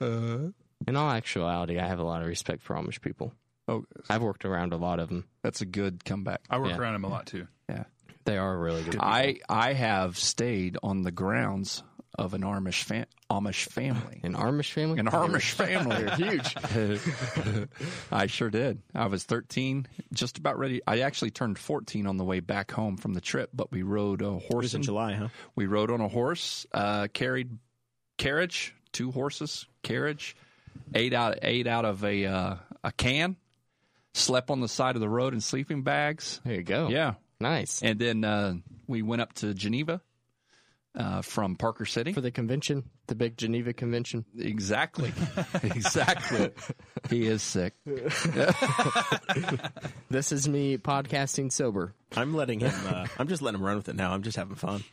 In all actuality, I have a lot of respect for Amish people.
Oh,
I've worked around a lot of them.
that's a good comeback.
I work
Yeah.
around him a lot too.
Yeah.
They are really good.
I I have stayed on the grounds of an Amish fam- Amish family.
an Amish family.
An Amish family.
They're huge.
I sure did. I was 13, just about ready. I actually turned 14 on the way back home from the trip, but we rode a horse.
It's in
and-
July, huh?
we rode on a horse, uh, carried carriage, two horses, carriage, ate out ate out of a uh, a can, slept on the side of the road in sleeping bags.
There you go.
Yeah,
Nice.
and then uh, we went up to Geneva uh, from Parker City.
For the convention, the big Geneva convention.
exactly, exactly. he is sick.
This is me podcasting sober.
I'm letting him. Uh, I'm just letting him run with it now. I'm just having fun.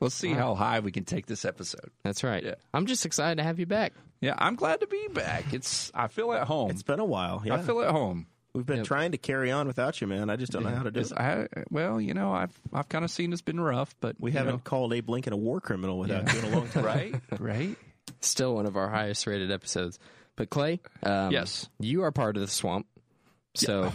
Let's see how high we can take this episode.
That's right.
Yeah.
I'm just excited to have you back.
Yeah, I'm glad to be back. It's I feel at home.
It's been a while. Yeah,
I feel at home.
we've been trying to carry on without you, man. I just don't know how to do it.
It's- I, well, you know, I've I've kind of seen it's been rough, but
We
you
haven't
know,
called Abe Lincoln a war criminal without you in a long time.
right, right.
still one of our highest rated episodes. But Clay, um,
Yes.
you are part of the swamp. So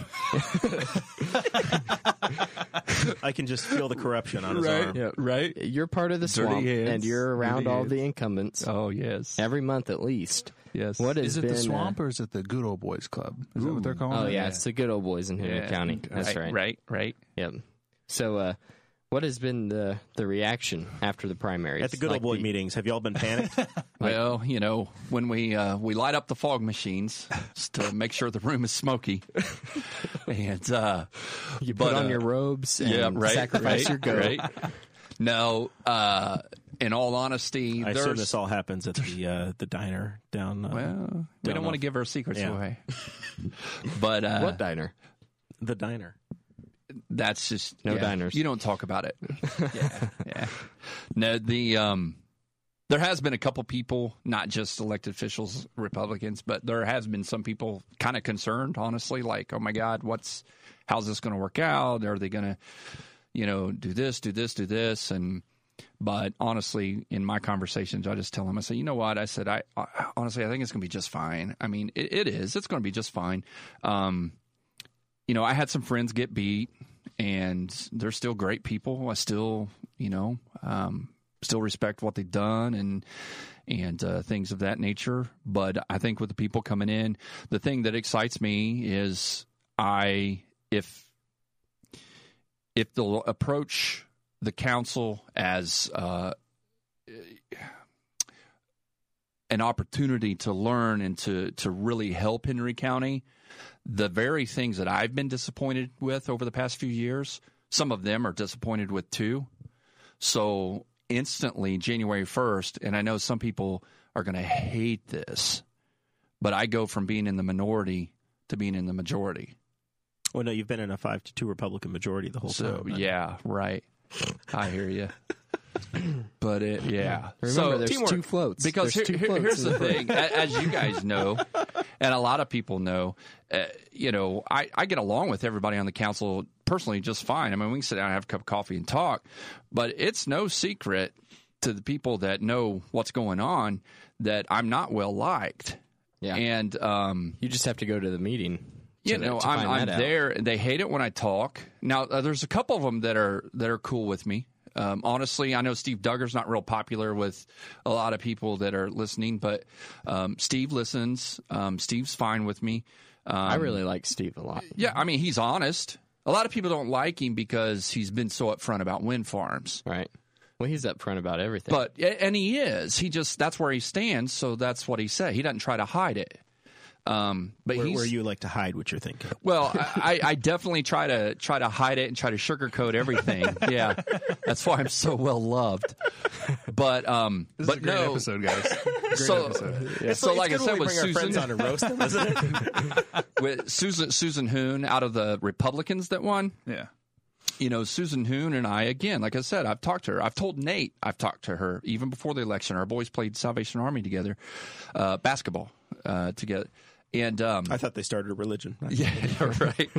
I can just feel the corruption on his arm.
right.
you're part of the
Dirty
swamp,
hands.
and you're around
Dirty
all
hands.
the incumbents
Oh yes,
every month at least.
yes.
What has
Is it
been,
the swamp
Uh,
or is it the good old boys club? Is that what they're calling
oh
it?
yeah, it's the good old boys in Henry
Yeah.
County. That's right.
Right, right.
Yep. So, uh, what has been the the reaction after the primaries?
At the good
Like
old boy
the-
meetings, have y'all been panicked?
Well, you know, when we uh, we light up the fog machines s- to make sure the room is smoky, and uh,
You put
but,
on
uh,
your robes and
yeah, right,
sacrifice
right,
your goat.
Right. No, uh, in all honesty,
I assume
there's
this all happens at the uh, the diner down uh,
well, we don't
know.
want to give our secrets
Yeah.
away, but uh,
What diner?
the diner.
that's just
No
yeah,
diners.
You don't talk about it. yeah, yeah. No, the um, there has been a couple people, not just elected officials, Republicans, but there has been some people kind of concerned, honestly, like, oh my God, what's how's this going to work out? Are they going to, you know, do this, do this, do this, and but honestly, in my conversations, I just tell them, I say, you know what? I said, I, I honestly, I think it's going to be just fine. I mean, it, it is. It's going to be just fine. Um, you know, I had some friends get beat, and they're still great people. I still, you know, um, still respect what they've done and and uh, things of that nature. But I think with the people coming in, the thing that excites me is I if if they'll approach the council as uh, an opportunity to learn and to to really help Henry County, the very things that I've been disappointed with over the past few years, some of them are disappointed with too. So instantly, January 1st, and I know some people are going to hate this, but I go from being in the minority to being in the majority.
Well, no, you've been in a five to two Republican majority the whole
So
time.
yeah, right. I hear you. But it, yeah.
Remember,
so
there's
teamwork.
two floats.
Because
There's
here-
two
here-
floats
here's
in
the
the
thing, A- as you guys know, and a lot of people know, uh, you know, I, I get along with everybody on the council personally just fine. I mean, we can sit down and have a cup of coffee and talk, but it's no secret to the people that know what's going on that I'm not well liked.
Yeah.
And um,
You just have to go to the meeting.
you
to-
know,
to
I'm,
find
I'm
that out.
there. and They hate it when I talk. Now, uh, there's a couple of them that are that are cool with me. Um, honestly, I know Steve Duggar's not real popular with a lot of people that are listening, but um, Steve listens. Um, Steve's fine with me. Um,
I really like Steve a lot.
yeah, I mean, he's honest. A lot of people don't like him because he's been so upfront about wind farms.
Right. Well, he's upfront about everything.
But a- and he is. He just that's where he stands. So that's what he said. He doesn't try to hide it. Um, but
Where,
he's,
where you like to hide what you're thinking.
Well, I, I I definitely try to try to hide it and try to sugarcoat everything. Yeah, that's why I'm so well loved. But um,
This
but
is a great
no,
episode, guys. Great
so
episode.
yeah, so like I said with
friends
Susan,
on and roast them, isn't it?
with Susan Susan Hoon out of the Republicans that won.
Yeah.
You know, Susan Hoon and I again. Like I said, I've talked to her. I've told Nate. I've talked to her even before the election. Our boys played Salvation Army together, uh, basketball uh, together, and um,
I thought they started a religion.
Yeah, right.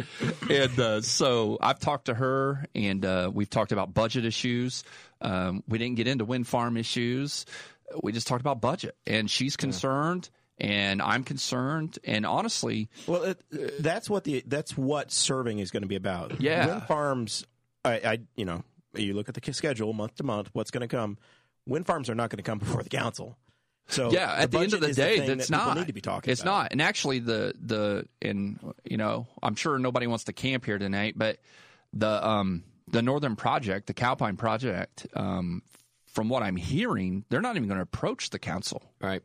and uh, so I've talked to her, and uh, we've talked about budget issues. Um, we didn't get into wind farm issues. We just talked about budget, and she's concerned, and I'm concerned, and honestly,
Well, it, that's what the that's what serving is going to be about.
Uh, Yeah.
wind farms. I, I you know you look at the schedule month to month. What's going to come? Wind farms are not going to come before the council. So
yeah, at the, end
Oh, budget
of the
is
day,
thing
that's
that people
not
need to be talking.
It's
about.
not, and actually, the the and you know, I'm sure nobody wants to camp here tonight, but the um the Northern Project, the Calpine Project, um, from what I'm hearing, they're not even going to approach the council.
right.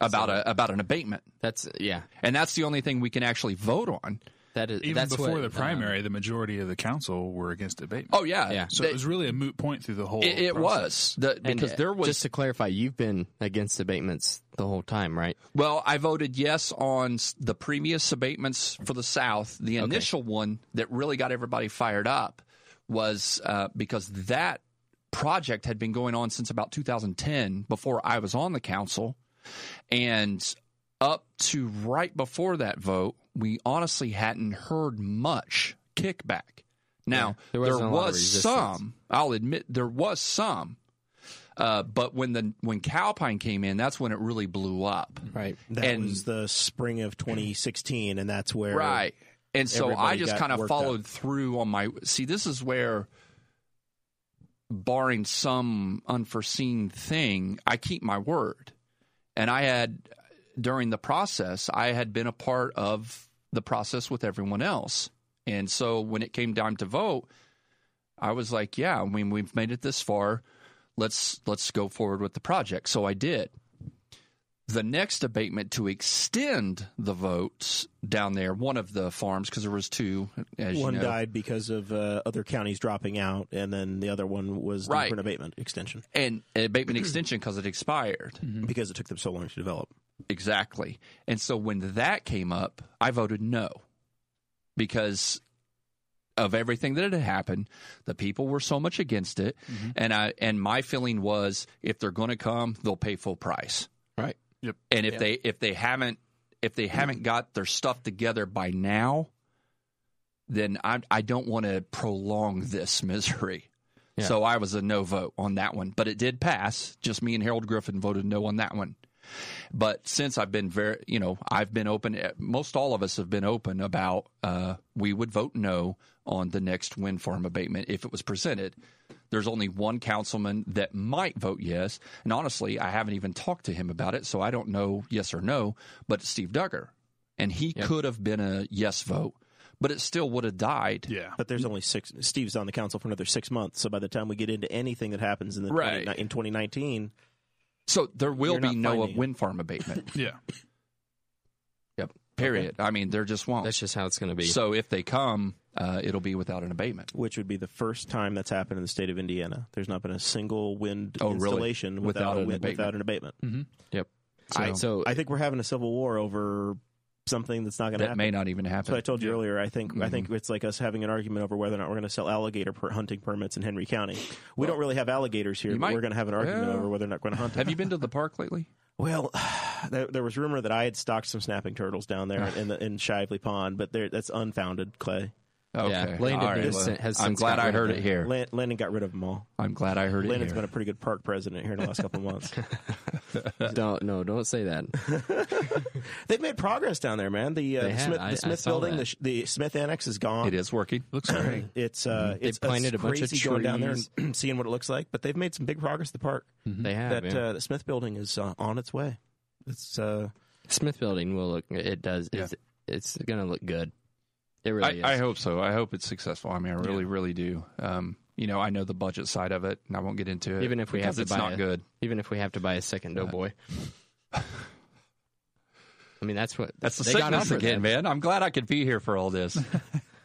about a about an abatement,
That's yeah.
and that's the only thing we can actually vote on.
That is
Even
that's
before
what,
the
um,
primary, the majority of the council were against abatement.
Oh yeah,
Yeah.
so
They-
it was really a moot point through the whole.
it, it was The-
and,
because
uh,
there was
Just to clarify, you've been against abatements the whole time, right?
well, I voted yes on s- the previous abatements for the South. The initial one that really got everybody fired up was uh, because that project had been going on since about 2010 before I was on the council, and up to right before that vote, we honestly hadn't heard much kickback. Now
Yeah, there
there,
wasn't a lot of
was
resistance.
some. I'll admit there was some, uh, but when the when Calpine came in, that's when it really blew up.
Right.
That
and-
was the spring of 2016, and that's where
Right. And so I
Everybody
just
got
kind of
worked
followed through on my. See, this is where, barring some unforeseen thing, I keep my word. And I had, during the process, I had been a part of the process with everyone else. And so when it came time to vote, I was like, yeah, I mean, we've made it this far. Let's let's go forward with the project. So I did the next abatement to extend the votes down there, one of the farms, because there was two, as
one
you know.
died because of uh, other counties dropping out, and then the other one was due
Right.
for an abatement extension
And an abatement extension because it expired.
because it took them so long to develop.
Exactly. And so when that came up, I voted no because of everything that had happened. The people were so much against it. And I and my feeling was if they're gonna come, they'll pay full price.
Right.
Yep.
And if they if they haven't if they haven't got their stuff together by now, then I I don't want to prolong this misery.
Yeah.
So I was a no vote on that one, but it did pass. Just me and Harold Griffin voted no on that one. But since I've been very, you know, I've been open. eh, Most all of us have been open about uh, we would vote no on the next wind farm abatement if it was presented. There's only one councilman that might vote yes, and honestly, I haven't even talked to him about it, so I don't know yes or no. But it's Steve Duggar, and he could have been a yes vote, but it still would have died.
Yeah.
But there's only six. Steve's on the council for another six months, so by the time we get into anything that happens in the
Right.
20, in 2019,
So there will
You're
be
not
no
finding it.
wind farm abatement.
Yeah.
yep. Period. I mean, there just won't.
That's just how it's going to be.
So if they come, uh, it'll be without an abatement.
which would be the first time that's happened in the state of Indiana, there's not been a single wind
Oh, really?
installation without
Without
a
an
wind,
abatement.
without an abatement.
yep. So,
I-
so
I think we're having a civil war over something that's not going to
that
happen.
may not even
So I
happen.
told you earlier. I think I
Mhm.
think it's like us having an argument over whether or not we're going to sell alligator per- hunting permits in Henry County. We don't really have alligators here.
you
But
might-
we're going to have an argument
well,
over whether or not we're going to hunt them.
Have you been to the park lately?
Well, there, there was rumor that I had stocked some snapping turtles down there in the in Shively Pond, but there, that's unfounded, Clay.
Okay.
Yeah, Landon
All right.
has sin- has
I'm
since
glad
got
I
rid of
heard
it.
it here.
Lan- Landon got rid of them all.
I'm glad I heard
Landon's
it
been a
here.
pretty good park president here in the last couple months.
uh,
Don't no, don't say that.
They've made progress down there, man. The, uh,
They
the
have.
Smith,
I-
the
I
Smith
saw
building,
that.
the, sh- the Smith annex is gone.
It is working.
Looks great.
It's uh, it's
Mm-hmm. They planted
it's
a bunch of
crazy going down there
trees.
and seeing what it looks like. But they've made some big progress at the park.
They have
that
yeah.
uh, the Smith building is uh, on its way. It's uh,
Smith Building will look. It does.
Yeah.
It's, it's gonna look good. It really
I, I
is.
hope so. I hope it's successful. I mean, I really, really do. Um, you know, I know the budget side of it, and I won't get into it.
Even if we have
because
to
it's
buy
not
a-
good.
Even if we have to buy a second Doughboy. I mean, that's what
That's the
they got
sickness
offered
again,
that.
man. I'm glad I could be here for all this.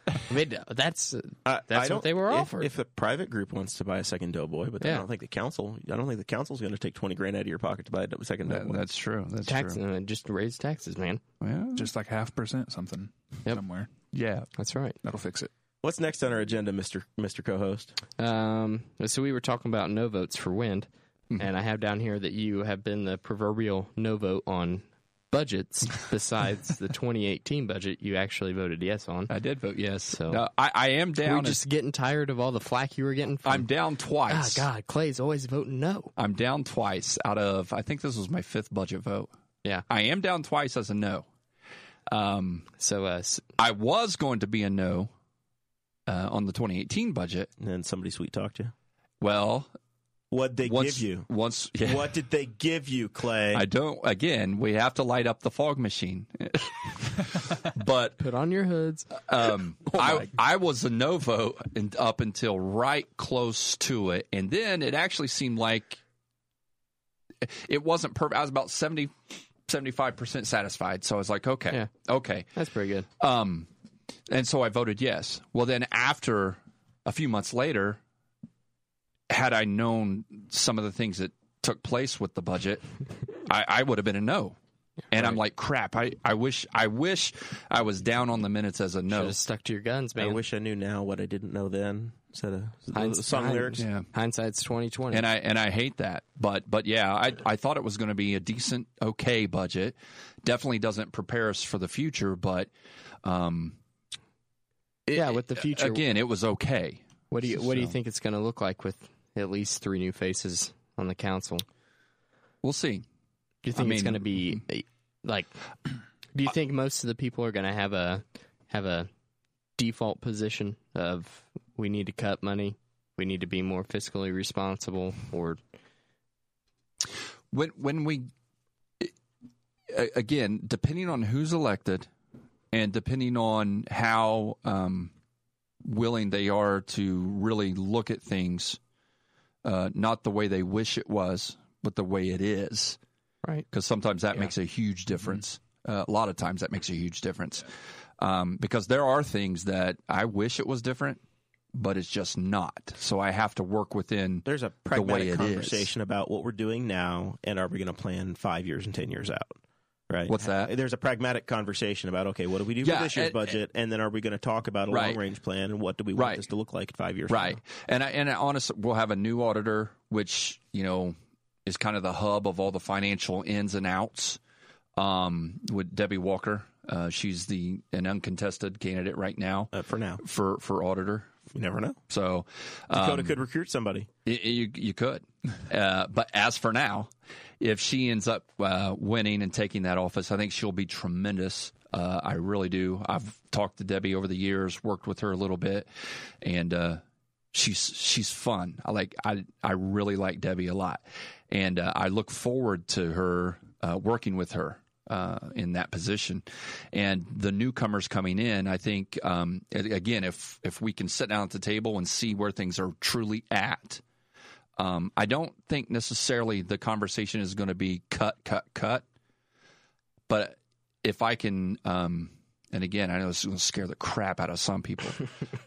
I mean, that's
I-
That's
I
what
don't-
they were
if-
offered.
If the private group wants to buy a second Doughboy, but I
Yeah.
don't think the council. I don't think the council's going to take twenty grand out of your pocket to buy a second
That-
Doughboy.
that's true. That's
tax.
true.
Uh, just raise taxes, man.
Yeah.
Just like half percent something
Yep.
somewhere.
yeah.
That's right.
That'll fix it.
What's next on our agenda, Mister Mister Co-host?
Um, so we were talking about no votes for wind,
Mm-hmm.
and I have down here that you have been the proverbial no vote on budgets. Besides the 2018 budget, you actually voted yes on.
I did vote yes.
So-
No, I, I am
We're
down.
just getting tired of all the flack you were getting. From,
I'm down
Ah,
twice.
God, Clay's always voting no.
I'm down twice out of. I think this was my fifth budget vote.
Yeah.
I am down twice as a no. Um,
So, uh, s-
I was going to be a no uh, on the 2018 budget.
And then somebody sweet talked you.
Well,
What they
once
give you?
once yeah.
What did they give you, Clay?
I don't. Again, we have to light up the fog machine. but
put on your hoods.
um, I I was a no vote and up until right close to it, and then it actually seemed like it wasn't perfect. I was about 75 percent satisfied, so I was like, okay,
Yeah.
okay,
That's pretty good.
um, and so I voted yes. Well, then after a few months later, had I known some of the things that took place with the budget, I, I would have been a no. And I'm like, crap. I, I wish I wish I was down on the minutes as a no.
Just stuck to your guns,
I
man.
wish I knew now what I didn't know then. Said a
Hindsight.
song lyrics.
Yeah.
Hindsight's 2020.
And I and I hate that. But but yeah, I I thought it was going to be a decent, okay budget. Definitely doesn't prepare us for the future, but um,
yeah, with the future,
uh, again, it was okay.
what do you what do you
so-
think it's going to look like with at least three new faces on the council?
We'll see.
Do you think it's
mean-
going to be a- like? Do you think most of the people are going to have a have a default position of we need to cut money, we need to be more fiscally responsible, or
when when we a- again depending on who's elected and depending on how um, willing they are to really look at things uh, not the way they wish it was but the way it is
Right.
because sometimes that makes a huge
Mm-hmm.
difference uh, a lot of times that makes a huge difference um, because there are things that i wish it was different but it's just not so i have to work within
There's a
The
pragmatic
way it is.
conversation about what we're doing now, and are we going to plan five years and ten years out? Right.
what's that
there's a pragmatic conversation about okay, what do we do
Yeah,
for this year's
and-
budget, and then are we going to talk about a
Right.
long range plan and what do we want
Right.
this to look like in five years? from
Right. And I and I honestly we'll have a new auditor which, you know, is kind of the hub of all the financial ins and outs. Um with Debbie Walker. Uh she's the an uncontested candidate right now
now? Uh, for now,
for for auditor.
you never know.
So
Dakota
um,
could recruit somebody.
y- y- you you could. Uh, but as for now, if she ends up uh, winning and taking that office, I think she'll be tremendous. Uh, I really do. I've talked to Debbie over the years, worked with her a little bit, and uh, she's she's fun. I like I I really like Debbie a lot, and uh, I look forward to her uh, working with her. Uh, in that position, and the newcomers coming in, I think um, a- again, if if we can sit down at the table and see where things are truly at, um, I don't think necessarily the conversation is going to be cut, cut, cut. But if I can, um, and again, I know this is going to scare the crap out of some people,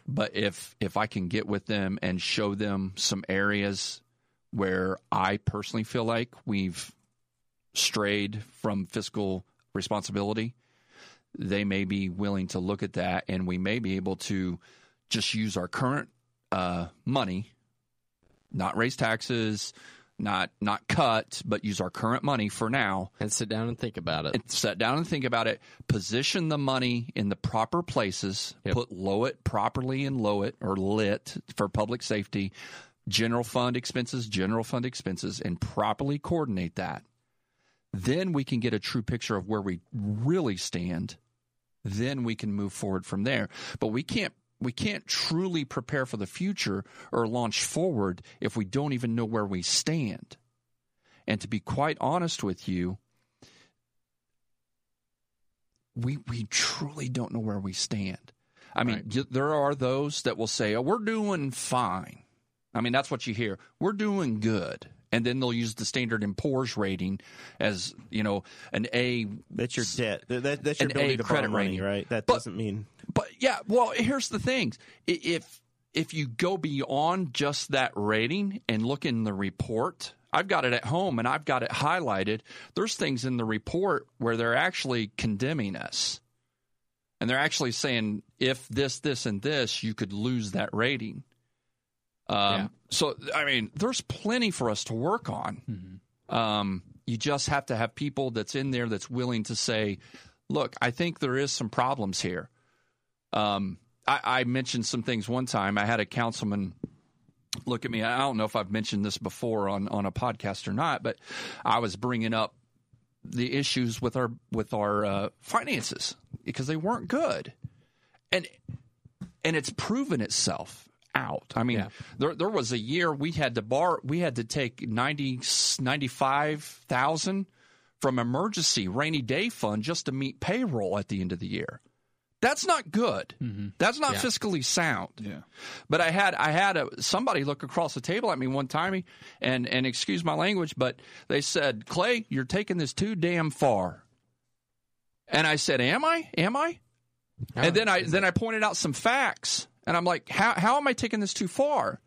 but if if I can get with them and show them some areas where I personally feel like we've strayed from fiscal responsibility, they may be willing to look at that, and we may be able to just use our current uh, money, not raise taxes, not not cut, but use our current money for now
and sit down and think about it.
and sit down and think about it. Position the money in the proper places.
Yep.
Put low it properly in low it or lit for public safety. General fund expenses, general fund expenses, and properly coordinate that. Then we can get a true picture of where we really stand. Then we can move forward from there. But we can't we can't truly prepare for the future or launch forward if we don't even know where we stand. And to be quite honest with you, we we truly don't know where we stand. I mean, y there are those that will say, "Oh, we're doing fine." I mean, that's what you hear. We're doing good, and then they'll use the standard and Poor's rating as you know an A.
That's your debt. That- that- that's your
An
ability
A
to borrow
credit
money,
rating.
right? That
But-
doesn't mean
But yeah, well, here's the thing: I- if if you go beyond just that rating and look in the report. I've got it at home and I've got it highlighted. There's things in the report where they're actually condemning us. And they're actually saying if this, this, and this, you could lose that rating. Um,
Yeah.
So, I mean, there's plenty for us to work on. Um, you just have to have people that's in there that's willing to say, look, I think there is some problems here. Um, I, I mentioned some things one time. I had a councilman look at me. I don't know if I've mentioned this before on, on a podcast or not, but I was bringing up the issues with our with our uh, finances because they weren't good, and and it's proven itself out. I mean,
Yeah.
there there was a year we had to borrow, we had to take 90, 95,000 from emergency rainy day fund just to meet payroll at the end of the year. That's not good. That's not fiscally sound.
Yeah.
But I had I had a, somebody look across the table at me one time, and and excuse my language, but they said, "Clay, you're taking this too damn far." And I said, "Am I? Am I?" and then I then I pointed out some facts, and I'm like, "How how am I taking this too far?"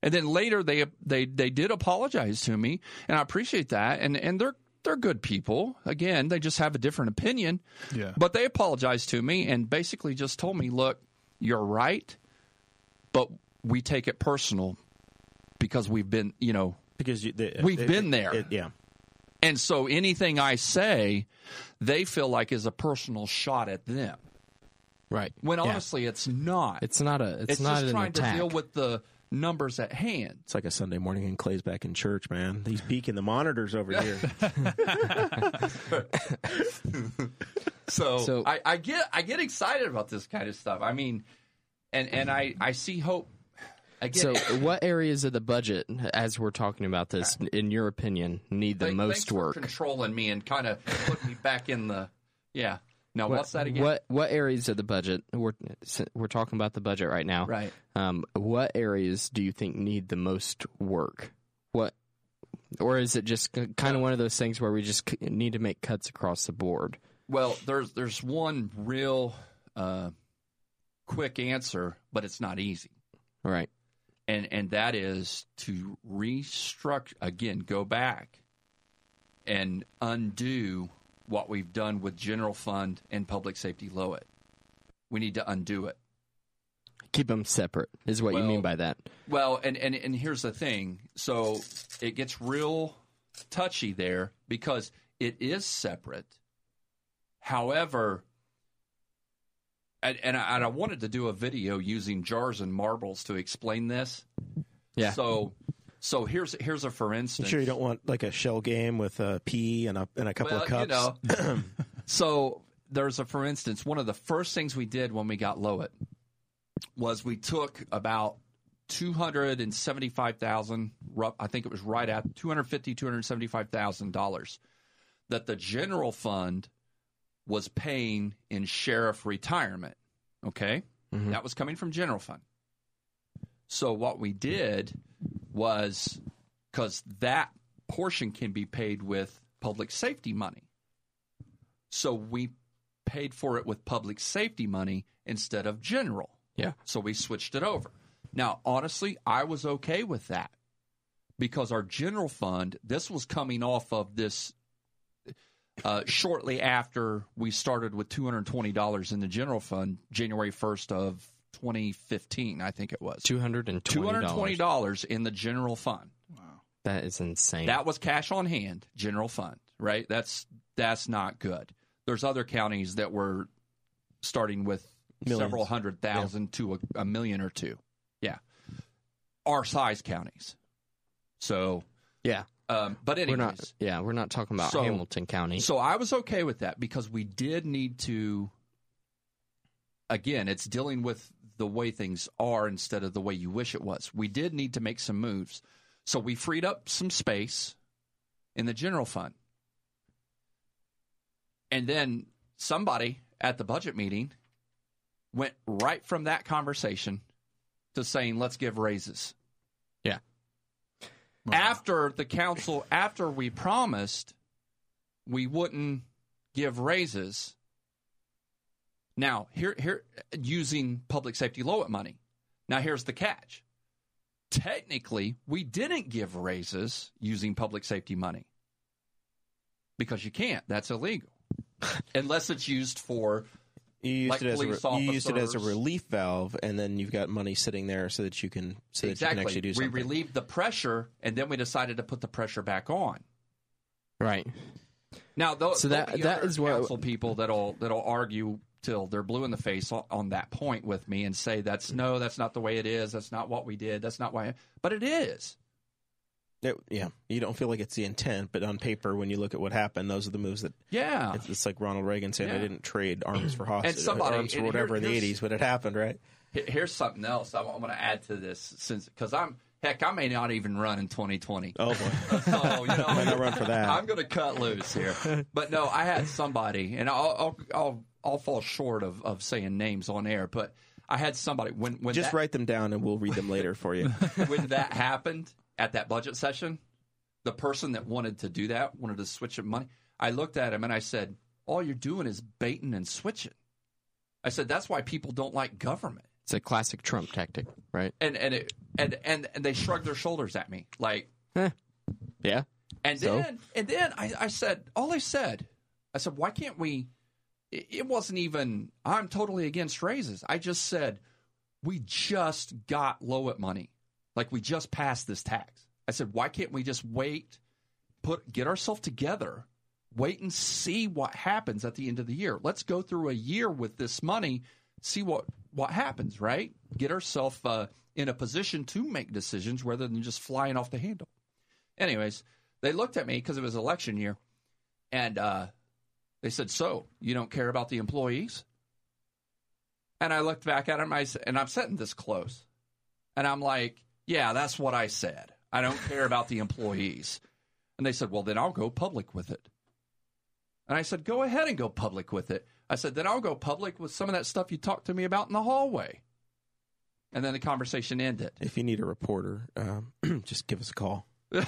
And then later they they they did apologize to me, and I appreciate that, and and they're they're good people. Again, they just have a different opinion.
Yeah.
But they apologized to me and basically just told me, look, you're right, but we take it personal because we've been, you know,
because you, the,
We've been there.
yeah,
and so anything I say, they feel like is a personal shot at them.
right.
When honestly, it's not.
It's not a. It's,
It's
not
just
an
trying
attack.
to deal with the numbers at hand.
it's like a Sunday morning and Clay's back in church, man. He's peeking the monitors over here.
So,
So-
I, I get I get excited about this kind of stuff. I mean, and and I I see hope. Again,
so, what areas of the budget, as we're talking about this, in your opinion, need the
Thank- thanks
most
for
work?
controlling me and kind of put me back in the yeah. Now what's that again?
What what areas of the budget we're s- we're talking about the budget right now?
Right.
Um, what areas do you think need the most work? What or is it just kind of one of those things where we just c- need to make cuts across the board?
Well, there's there's one real uh, quick answer, but it's not easy,
Right.
and and that is to restructure again. Go back and undo what we've done with general fund and public safety low it. We need to undo it.
Keep them separate is what you mean
Well-
by that.
Well, and, and and here's the thing. So it gets real touchy there because it is separate. However, and, and, I, and I wanted to do a video using jars and marbles to explain this.
Yeah.
So so here's here's a for
I'm
instance.
sure you don't want like a shell game with a pea and a and a couple of
Well,
cups.
You know, so there's a, for instance, one of the first things we did when we got Lowit was we took about 275,000, ru- I think it was right at 250, 275,000 dollars that the general fund was paying in sheriff retirement. Okay.
Mm-hmm.
That was coming from general fund. So what we did was because that portion can be paid with public safety money. So we paid for it with public safety money instead of general.
Yeah.
So we switched it over. Now, honestly, I was okay with that because our general fund, this was coming off of this uh, shortly after we started with $220 in the general fund, January 1st of 2015, I think it was.
Two hundred and twenty dollars.
$220 in the general fund.
That is insane.
That was cash on hand, general fund, right? That's that's not good. There's other counties that were starting with
Millions.
several hundred thousand to a, a million or two. Yeah, our size counties. So,
yeah,
um, but anyways,
we're not. Yeah, we're not talking about
So-
Hamilton County.
so I was okay with that because we did need to. Again, it's dealing with the way things are instead of the way you wish it was. We did need to make some moves, so we freed up some space in the general fund, and then somebody at the budget meeting went right from that conversation to saying, "Let's give raises."
Yeah.
After the council, after we promised we wouldn't give raises. Now, here, here, using public safety low money. Now, here's the catch. Technically, we didn't give raises using public safety money because you can't. That's illegal. Unless it's used for,
You used,
Like
it as a,
police
re- you used it as a
officers.
relief valve, and then you've got money sitting there so that you can so that you can
exactly.
actually do
we
something.
relieved the pressure and then we decided to put the pressure back on.
right.
Now, tho-
So
there'll
that-
be
that
other
is what-
council people that'll that'll argue till they're blue in the face on, on that point with me and say that's no, that's not the way it is. That's not what we did. That's not why. But it is.
It- yeah, you don't feel like it's the intent, but on paper, when you look at what happened, those are the moves that
Yeah.
it's, it's like Ronald Reagan saying, "I
Yeah.
didn't trade arms for hostages, or
somebody-
arms for
and here-
whatever in the
here's-
'80s," but it happened, right?
Here- Here's something else I want to add to this since because I'm heck I may not even run in 2020.
Oh boy,
So, you know,
Might not run for that.
I'm going to cut loose here. But no, I had somebody, and I'll I'll I'll, I'll fall short of, of saying names on air, but I had somebody when when
just
that,
write them down, and we'll read them later for you.
when that happened at that budget session, the person that wanted to do that wanted to switch of money. I looked at him and I said, "All you're doing is baiting and switching." I said, "That's why people don't like government."
It's a classic Trump tactic, right?
And and it, and, and and they shrugged their shoulders at me like.
Yeah.
And
So?
then and then I, I said, all I said, I said, why can't we? It it wasn't even. I'm totally against raises. I just said we just got Lowit money, like we just passed this tax. I said, why can't we just wait, put get ourselves together, wait and see what happens at the end of the year. Let's go through a year with this money, see what what happens. Right, get ourselves uh, in a position to make decisions rather than just flying off the handle. Anyways, they looked at me because it was election year, and uh, they said, "So you don't care about the employees?" And I looked back at him, I, s- and I'm sitting this close, and I'm like, "Yeah, that's what I said. I don't care about the employees." And they said, "Well, then I'll go public with it." And I said, "Go ahead and go public with it." I said, "Then I'll go public with some of that stuff you talked to me about in the hallway." And then the conversation ended.
if you need a reporter, um, just give us a call.
Yeah,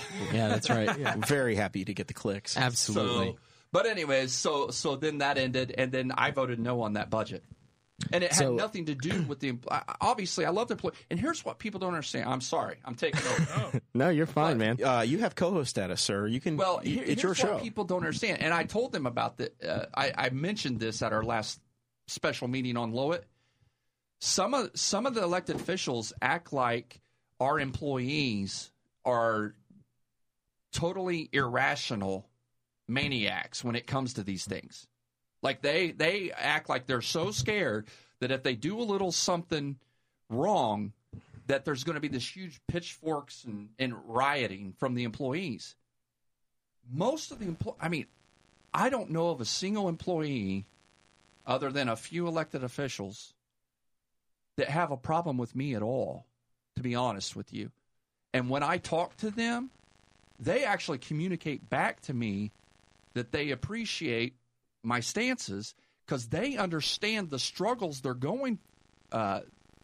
that's right.
I'm very happy to get the clicks.
Absolutely.
So, but anyways, so so then that ended, and then I voted no on that budget, and it
So-
had nothing to do with the. empl- I- Obviously, I love the employee, and here's what people don't understand. I'm sorry, I'm taking over.
no, you're fine, man.
Uh, you have co-host status, sir. You can.
well, here,
it's
here's
your
what
show.
people don't understand, and I told them about the. Uh, I, I mentioned this at our last special meeting on Lowit. Some of some of the elected officials act like our employees are totally irrational maniacs when it comes to these things. Like they they act like they're so scared that if they do a little something wrong, that there's going to be this huge pitchforks and, and rioting from the employees. Most of the employ I mean, I don't know of a single employee other than a few elected officials that have a problem with me at all, to be honest with you. And when I talk to them, they actually communicate back to me that they appreciate my stances because they understand the struggles they're going, uh,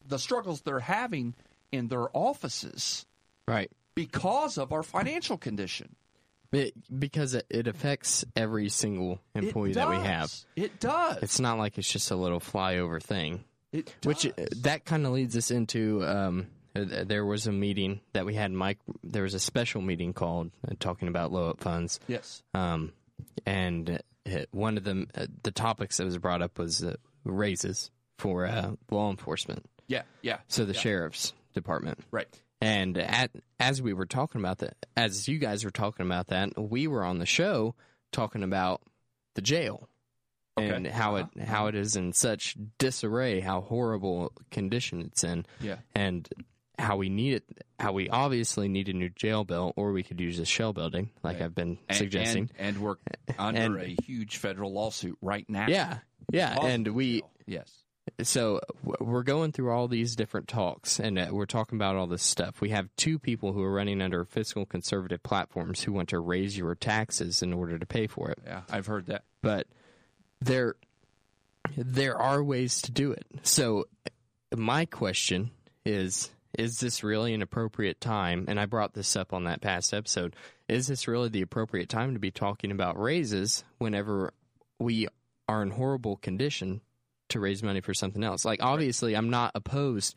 the struggles they're having in their offices
Right.
because of our financial condition.
It, because it, it affects every single
It
employee that we
does.
have.
It does.
It's not like it's just a little flyover thing.
it
Which uh,
does.
that kind of leads us into um, uh, th- there was a meeting that we had Mike. There was a special meeting called uh, talking about low up funds,
yes.
um, and it, one of the uh, the topics that was brought up was uh, raises for uh, law enforcement.
Yeah, yeah.
So the sheriff's department.
Right.
And at, as we were talking about that, as you guys were talking about that, we were on the show talking about the jail and how
Uh-huh.
it how it is in such disarray, how horrible condition it's in,
Yeah.
and how we need it, how we obviously need a new jail bill, or we could use a shell building, like I've been
And-
suggesting.
And, and we're under
And-
a huge federal lawsuit right now.
yeah, yeah,
Because of
and
the
we
jail. Yes.
so w- we're going through all these different talks and uh, we're talking about all this stuff. We have two people who are running under fiscal conservative platforms who want to raise your taxes in order to pay for it.
Yeah. I've heard that.
But there there are ways to do it. So my question is is this really an appropriate time? And I brought this up on that past episode. Is this really the appropriate time to be talking about raises whenever we are in horrible condition to raise money for something else. Like obviously I'm not opposed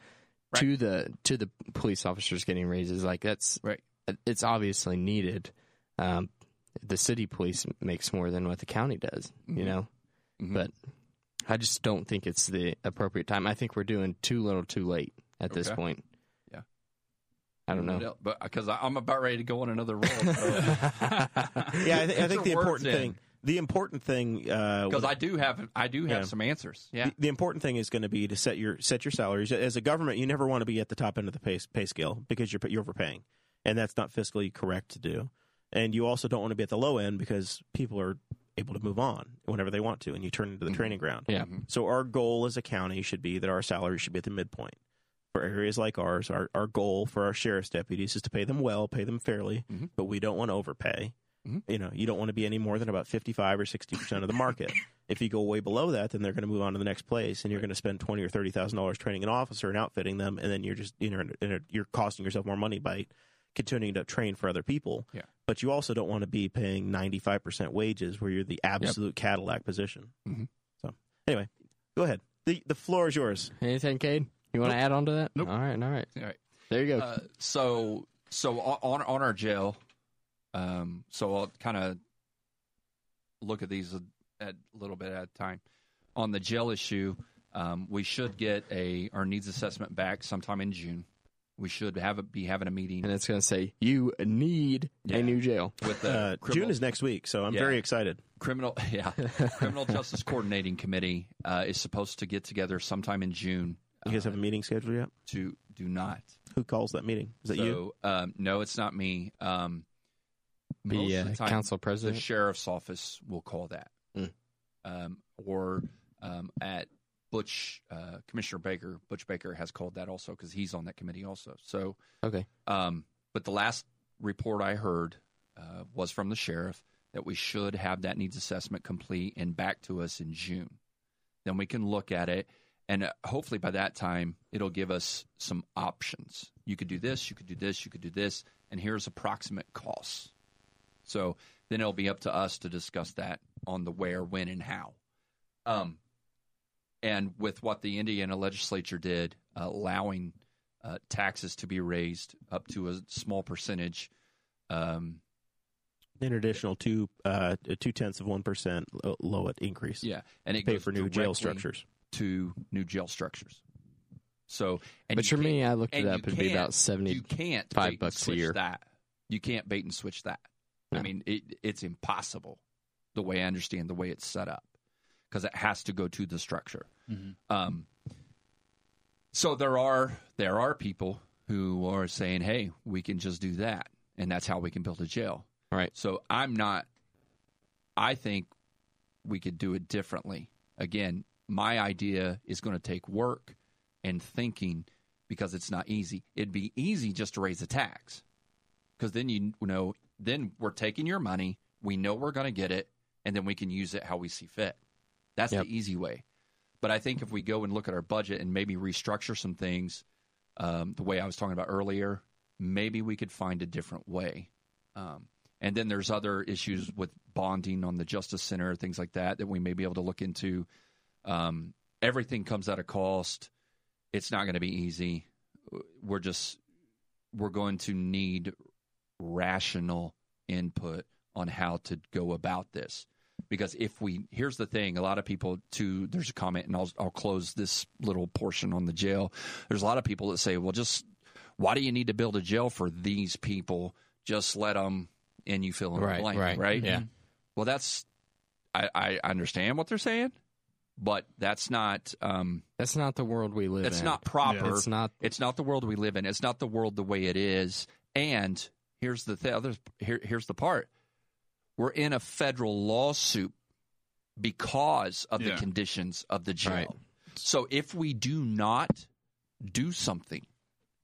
to the to the police officers getting raises. Like that's
Right.
it's obviously needed. Um, the city police makes more than what the county does, you know.
Mhm.
But I just don't think it's the appropriate time. I think we're doing too little, too late at this
Okay.
point.
Yeah.
I don't know.
But because I'm about ready to go on another roll.
Yeah, I, th- I think
Get your
the
words
important
in.
thing, the important thing, uh,
Because I do have I do have
Yeah.
some answers. Yeah.
the, the important thing is going to be to set your set your salaries. As a government, you never want to be at the top end of the pay, pay scale because you're you're overpaying, and that's not fiscally correct to do. And you also don't want to be at the low end because people are able to move on whenever they want to, and you turn
Mm-hmm.
into the training ground.
Yeah.
So our goal as a county should be that our salary should be at the midpoint. For areas like ours, our, our goal for our sheriff's deputies is to pay them well, pay them fairly,
Mhm.
but we don't want to overpay.
Mhm.
You know, you don't want to be any more than about fifty five or sixty percent of the market. if you go way below that, then they're going to move on to the next place, and you're going to spend twenty or thirty thousand dollars training an officer and outfitting them, and then you're just you know in a- you're costing yourself more money by continuing to train for other people.
Yeah.
But you also don't want to be paying ninety five percent wages where you're the absolute Cadillac position.
Mhm.
So anyway, go ahead. the The floor is yours.
Anything, Cade? You want to add on to that?
Nope.
All right, all right.
All right.
There you go.
Uh, so so o- on on our jail, um, so I'll kind of look at these a, a little bit at a time. On the jail issue, um, we should get a our needs assessment back sometime in June. We should have a, be having a meeting
and it's going to say you need
Yeah.
a new jail.
with the
Uh,
criminal,
June is next week, so I'm
Yeah.
very excited.
criminal yeah criminal justice coordinating committee uh, is supposed to get together sometime in June.
You guys
uh,
have a meeting scheduled yet?
to do not.
Who calls that meeting? Is that
so,
you?
Um, no, it's not me. Um, most
Be
of
uh,
the time,
council
the
president.
sheriff's office will call that,
Mm.
um, or um, at Butch uh, Commissioner Baker. Butch Baker has called that also because he's on that committee also. So,
Okay.
um, but the last report I heard uh, was from the sheriff that we should have that needs assessment complete and back to us in June. Then we can look at it, and uh, hopefully by that time it'll give us some options. You could do this, you could do this, you could do this, and here's approximate costs. So then it'll be up to us to discuss that on the where, when, and how. Um, and with what the Indiana legislature did, uh, allowing uh, taxes to be raised up to a small percentage, um,
An additional two uh, two tenths of one percent low at increase.
yeah, and it
Pay
goes
for new jail
directly
structures.
to new jail structures. So, and
but
you
for me,
can't-
I looked it
and
up.
you
It'd be
can't-
about seventy.
you can't
five
bait and
bucks a
switch
year.
That you can't bait and switch that. I
No.
mean, it, it's impossible. The way I understand the way it's set up, because it has to go to the structure.
Mhm.
Um, so there are there are people who are saying, "Hey, we can just do that, and that's how we can build a jail."
Right.
So I'm not. I think we could do it differently. Again, my idea is going to take work and thinking because it's not easy. It'd be easy just to raise the tax because then you know then we're taking your money. We know we're going to get it, and then we can use it how we see fit. That's
Yep.
the easy way. But I think if we go and look at our budget and maybe restructure some things, um, the way I was talking about earlier, maybe we could find a different way. Um, and then there's other issues with bonding on the Justice Center, things like that, that we may be able to look into. Um, everything comes at a cost. It's not going to be easy. We're just we're going to need rational input on how to go about this. because if we here's the thing a lot of people too there's a comment and I'll I'll close this little portion on the jail there's a lot of people that say well just why do you need to build a jail for these people just let them and you fill in
Right,
the blank
right,
right
yeah.
well that's I, I understand what they're saying but that's not um
That's not the world we live
that's
in.
not proper
It's not.
it's not the world we live in. It's not the world the way it is. And here's the th- other here, here's the part. We're in a federal lawsuit because of the
Yeah.
conditions of the jail.
Right.
So if we do not do something,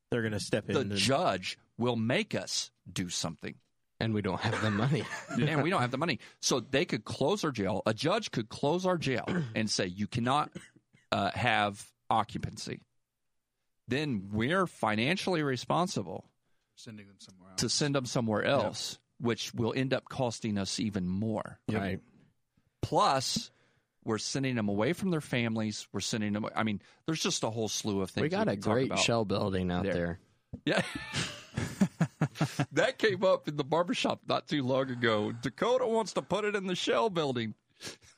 They're going to step in.
the
and-
judge will make us do something.
And we don't have the money.
And we don't have the money. So they could close our jail. A judge could close our jail and say, you cannot uh, have occupancy. Then we're financially responsible
sending them somewhere else.
to send them somewhere else, which will end up costing us even more.
Right.
Plus, we're sending them away from their families. We're sending them. I mean, there's just a whole slew of things.
We got a
can talk
great
about.
shell building out
There.
there.
Yeah. that came up in the barbershop not too long ago. Dakota wants to put it in the shell building.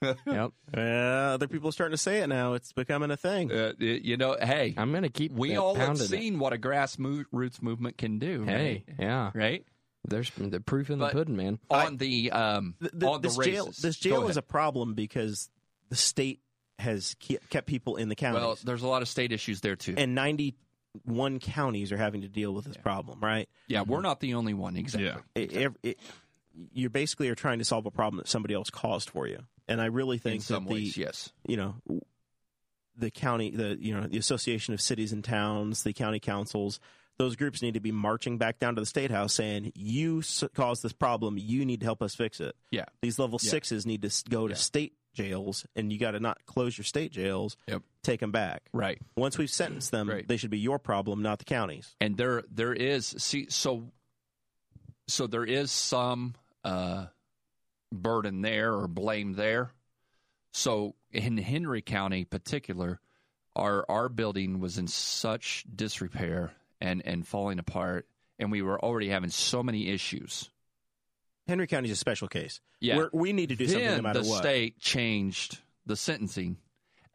Yep.
Uh, other people are starting to say it now. It's becoming a thing.
Uh, y- you know, hey,
I'm gonna keep.
we
that
all have
pounding it.
seen what a grassroots movement can do.
Hey, yeah.
Right? right?
There's the proof in the
But-
pudding, man.
On the um,
Th- th-
on the
this jail,
races.
this
Go
jail
ahead.
is a problem because the state has ke- kept people in the counties,
well. There's a lot of state issues there too.
and ninety-one counties are having to deal with this problem. Right?
yeah, we're not the only one. Exactly.
Yeah.
It, ev- it, you basically are trying to solve a problem that somebody else caused for you. And I really think
in some
that the
ways, yes.
you know the county the you know the association of cities and towns the county councils those groups need to be marching back down to the state house saying you s- caused this problem you need to help us fix it
Yeah.
these level
Yeah.
sixes need to s- go to
Yeah.
state jails and you got to not close your state jails
Yep.
take them back
Right.
once we've sentenced them
Right.
they should be your problem not the county's
And there there is see so so there is some uh burden there or blame there. So in Henry County particular, our our building was in such disrepair and and falling apart and we were already having so many issues.
henry county's a special case
Yeah.
We're, we need to do something no
then
matter
the
what
state changed the sentencing,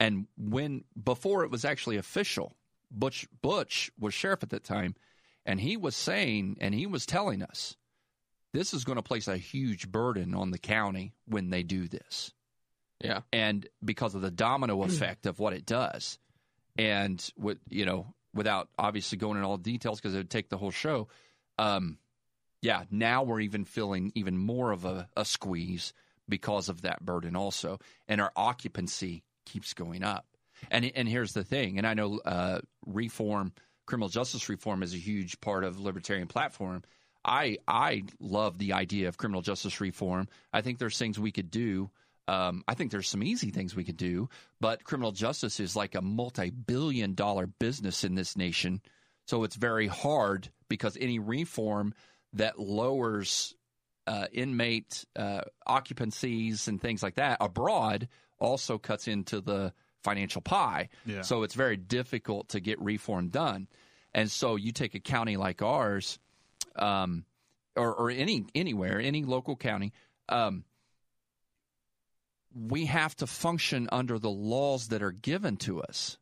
and when before it was actually official, Butch Butch was sheriff at that time, and he was saying and he was telling us, this is going to place a huge burden on the county when they do this,
Yeah.
and because of the domino effect of what it does, and with you know without obviously going into all the details because it would take the whole show. Um, yeah, now we're even feeling even more of a, a squeeze because of that burden also, and our occupancy keeps going up. And and here's the thing, and I know uh, reform, criminal justice reform is a huge part of libertarian platform. I I love the idea of criminal justice reform. I think there's things we could do. Um, I think there's some easy things we could do, but criminal justice is like a multi-billion-dollar business in this nation. So it's very hard because any reform that lowers uh, inmate uh, occupancies and things like that abroad also cuts into the financial pie.
Yeah.
So it's very difficult to get reform done. And so you take a county like ours, um, or, or any anywhere, any local county, um, we have to function under the laws that are given to us.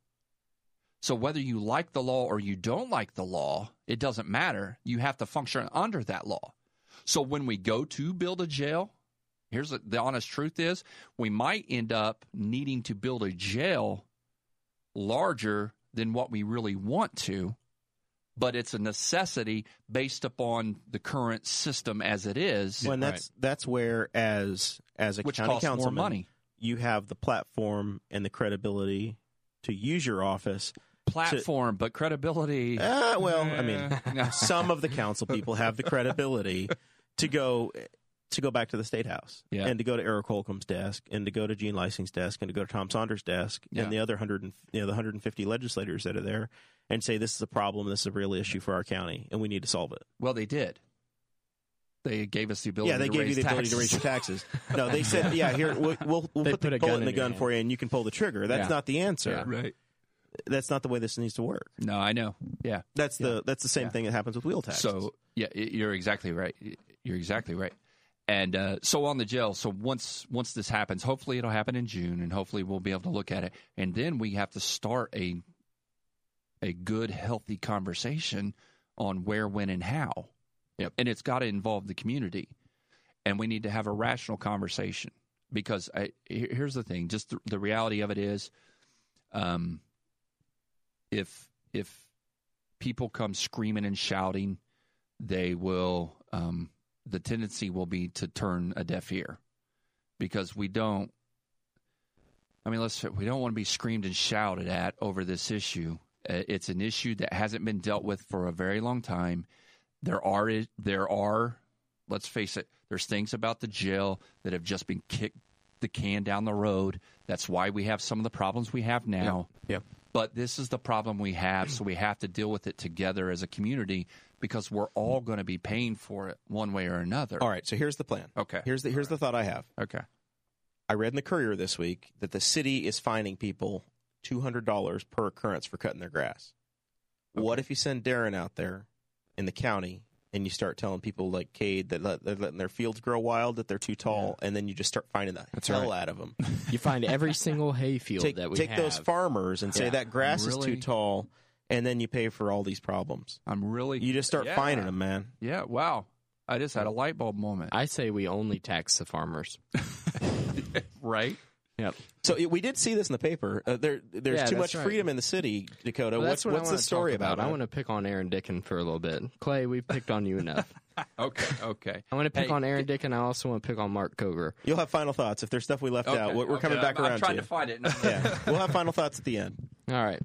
So whether you like the law or you don't like the law, it doesn't matter. You have to function under that law. So when we go to build a jail, here's the, the honest truth is we might end up needing to build a jail larger than what we really want to, but it's a necessity based upon the current system as it is,
Well, and that's that's where as as a
which
county
costs more
councilman
money.
you have the platform and the credibility to use your office.
Platform, but credibility.
Uh, well, I mean,
No.
some of the council people have the credibility to go to go back to the state house
Yeah.
and to go to Eric Holcomb's desk and to go to Gene Lysing's desk and to go to Tom Saunders' desk
Yeah.
and the other hundred and you know the hundred and fifty legislators that are there and say this is a problem, this is a real issue for our county, and we need to solve it.
Well, they did. They gave us the ability.
yeah, they
to
gave you
raise
the ability to
taxes.
raise your taxes. No, they said, yeah, here we'll we'll, we'll
They
put the
put a
bullet
gun
in the
in your
gun
hand.
for you, and you can pull the trigger. That's
Yeah.
not the answer.
Yeah.
right.
That's not the way this needs to work.
No, I know. Yeah.
That's the that's the same
Yeah.
thing that happens with wheel taxes.
So yeah, y- you're exactly right. You're exactly right. And uh, so on the jail. So once once this happens, hopefully it'll happen in June, and hopefully we'll be able to look at it. And then we have to start a a good, healthy conversation on where, when, and how.
Yep.
And it's got to involve the community, and we need to have a rational conversation because I, here- here's the thing: just the, the reality of it is, um, if if people come screaming and shouting, they will. Um, the tendency will be to turn a deaf ear because we don't. I mean, let's we don't want to be screamed and shouted at over this issue. Uh, It's an issue that hasn't been dealt with for a very long time. There are there are let's face it, there's things about the jail that have just been kicked the can down the road. That's why we have some of the problems we have now.
Yep.
But this is the problem we have, so we have to deal with it together as a community because we're all going to be paying for it one way or another.
All right, so here's the plan.
Okay.
Here's the here's the thought I have.
Okay.
I read in the Courier this week that the city is fining people two hundred dollars per occurrence for cutting their grass. What if you send Darren out there in the county and you start telling people like Cade that let, they're letting their fields grow wild, that they're too tall, and then you just start finding the
That's
hell out of them?
You find every single hayfield
take
that we
take
have.
those farmers and say
Yeah.
that grass is
Really?
too tall, and then you pay for all these problems.
I'm really
You just start
Yeah.
finding them, man.
Yeah, wow. I just had a light bulb moment.
I say we only tax the farmers.
right?
Yep.
So it- we did see this in the paper. Uh, there, there's
Yeah,
too much
that's right.
freedom in the city, Dakota.
Well,
what's
that's what I
what's the
wanna
story
talk
about?
I want to pick on Aaron Dickin for a little bit. Clay, we've picked on you enough.
Okay, okay.
I want to pick
Hey,
on Aaron Dickin. I also want to pick on Mark Coger.
You'll have final thoughts if there's stuff we left
okay,
out. We're we're coming
okay,
back
I'm,
around
I'm trying
to
to,
you.
find it. No, no, no.
yeah, we'll have final thoughts at the end.
All right.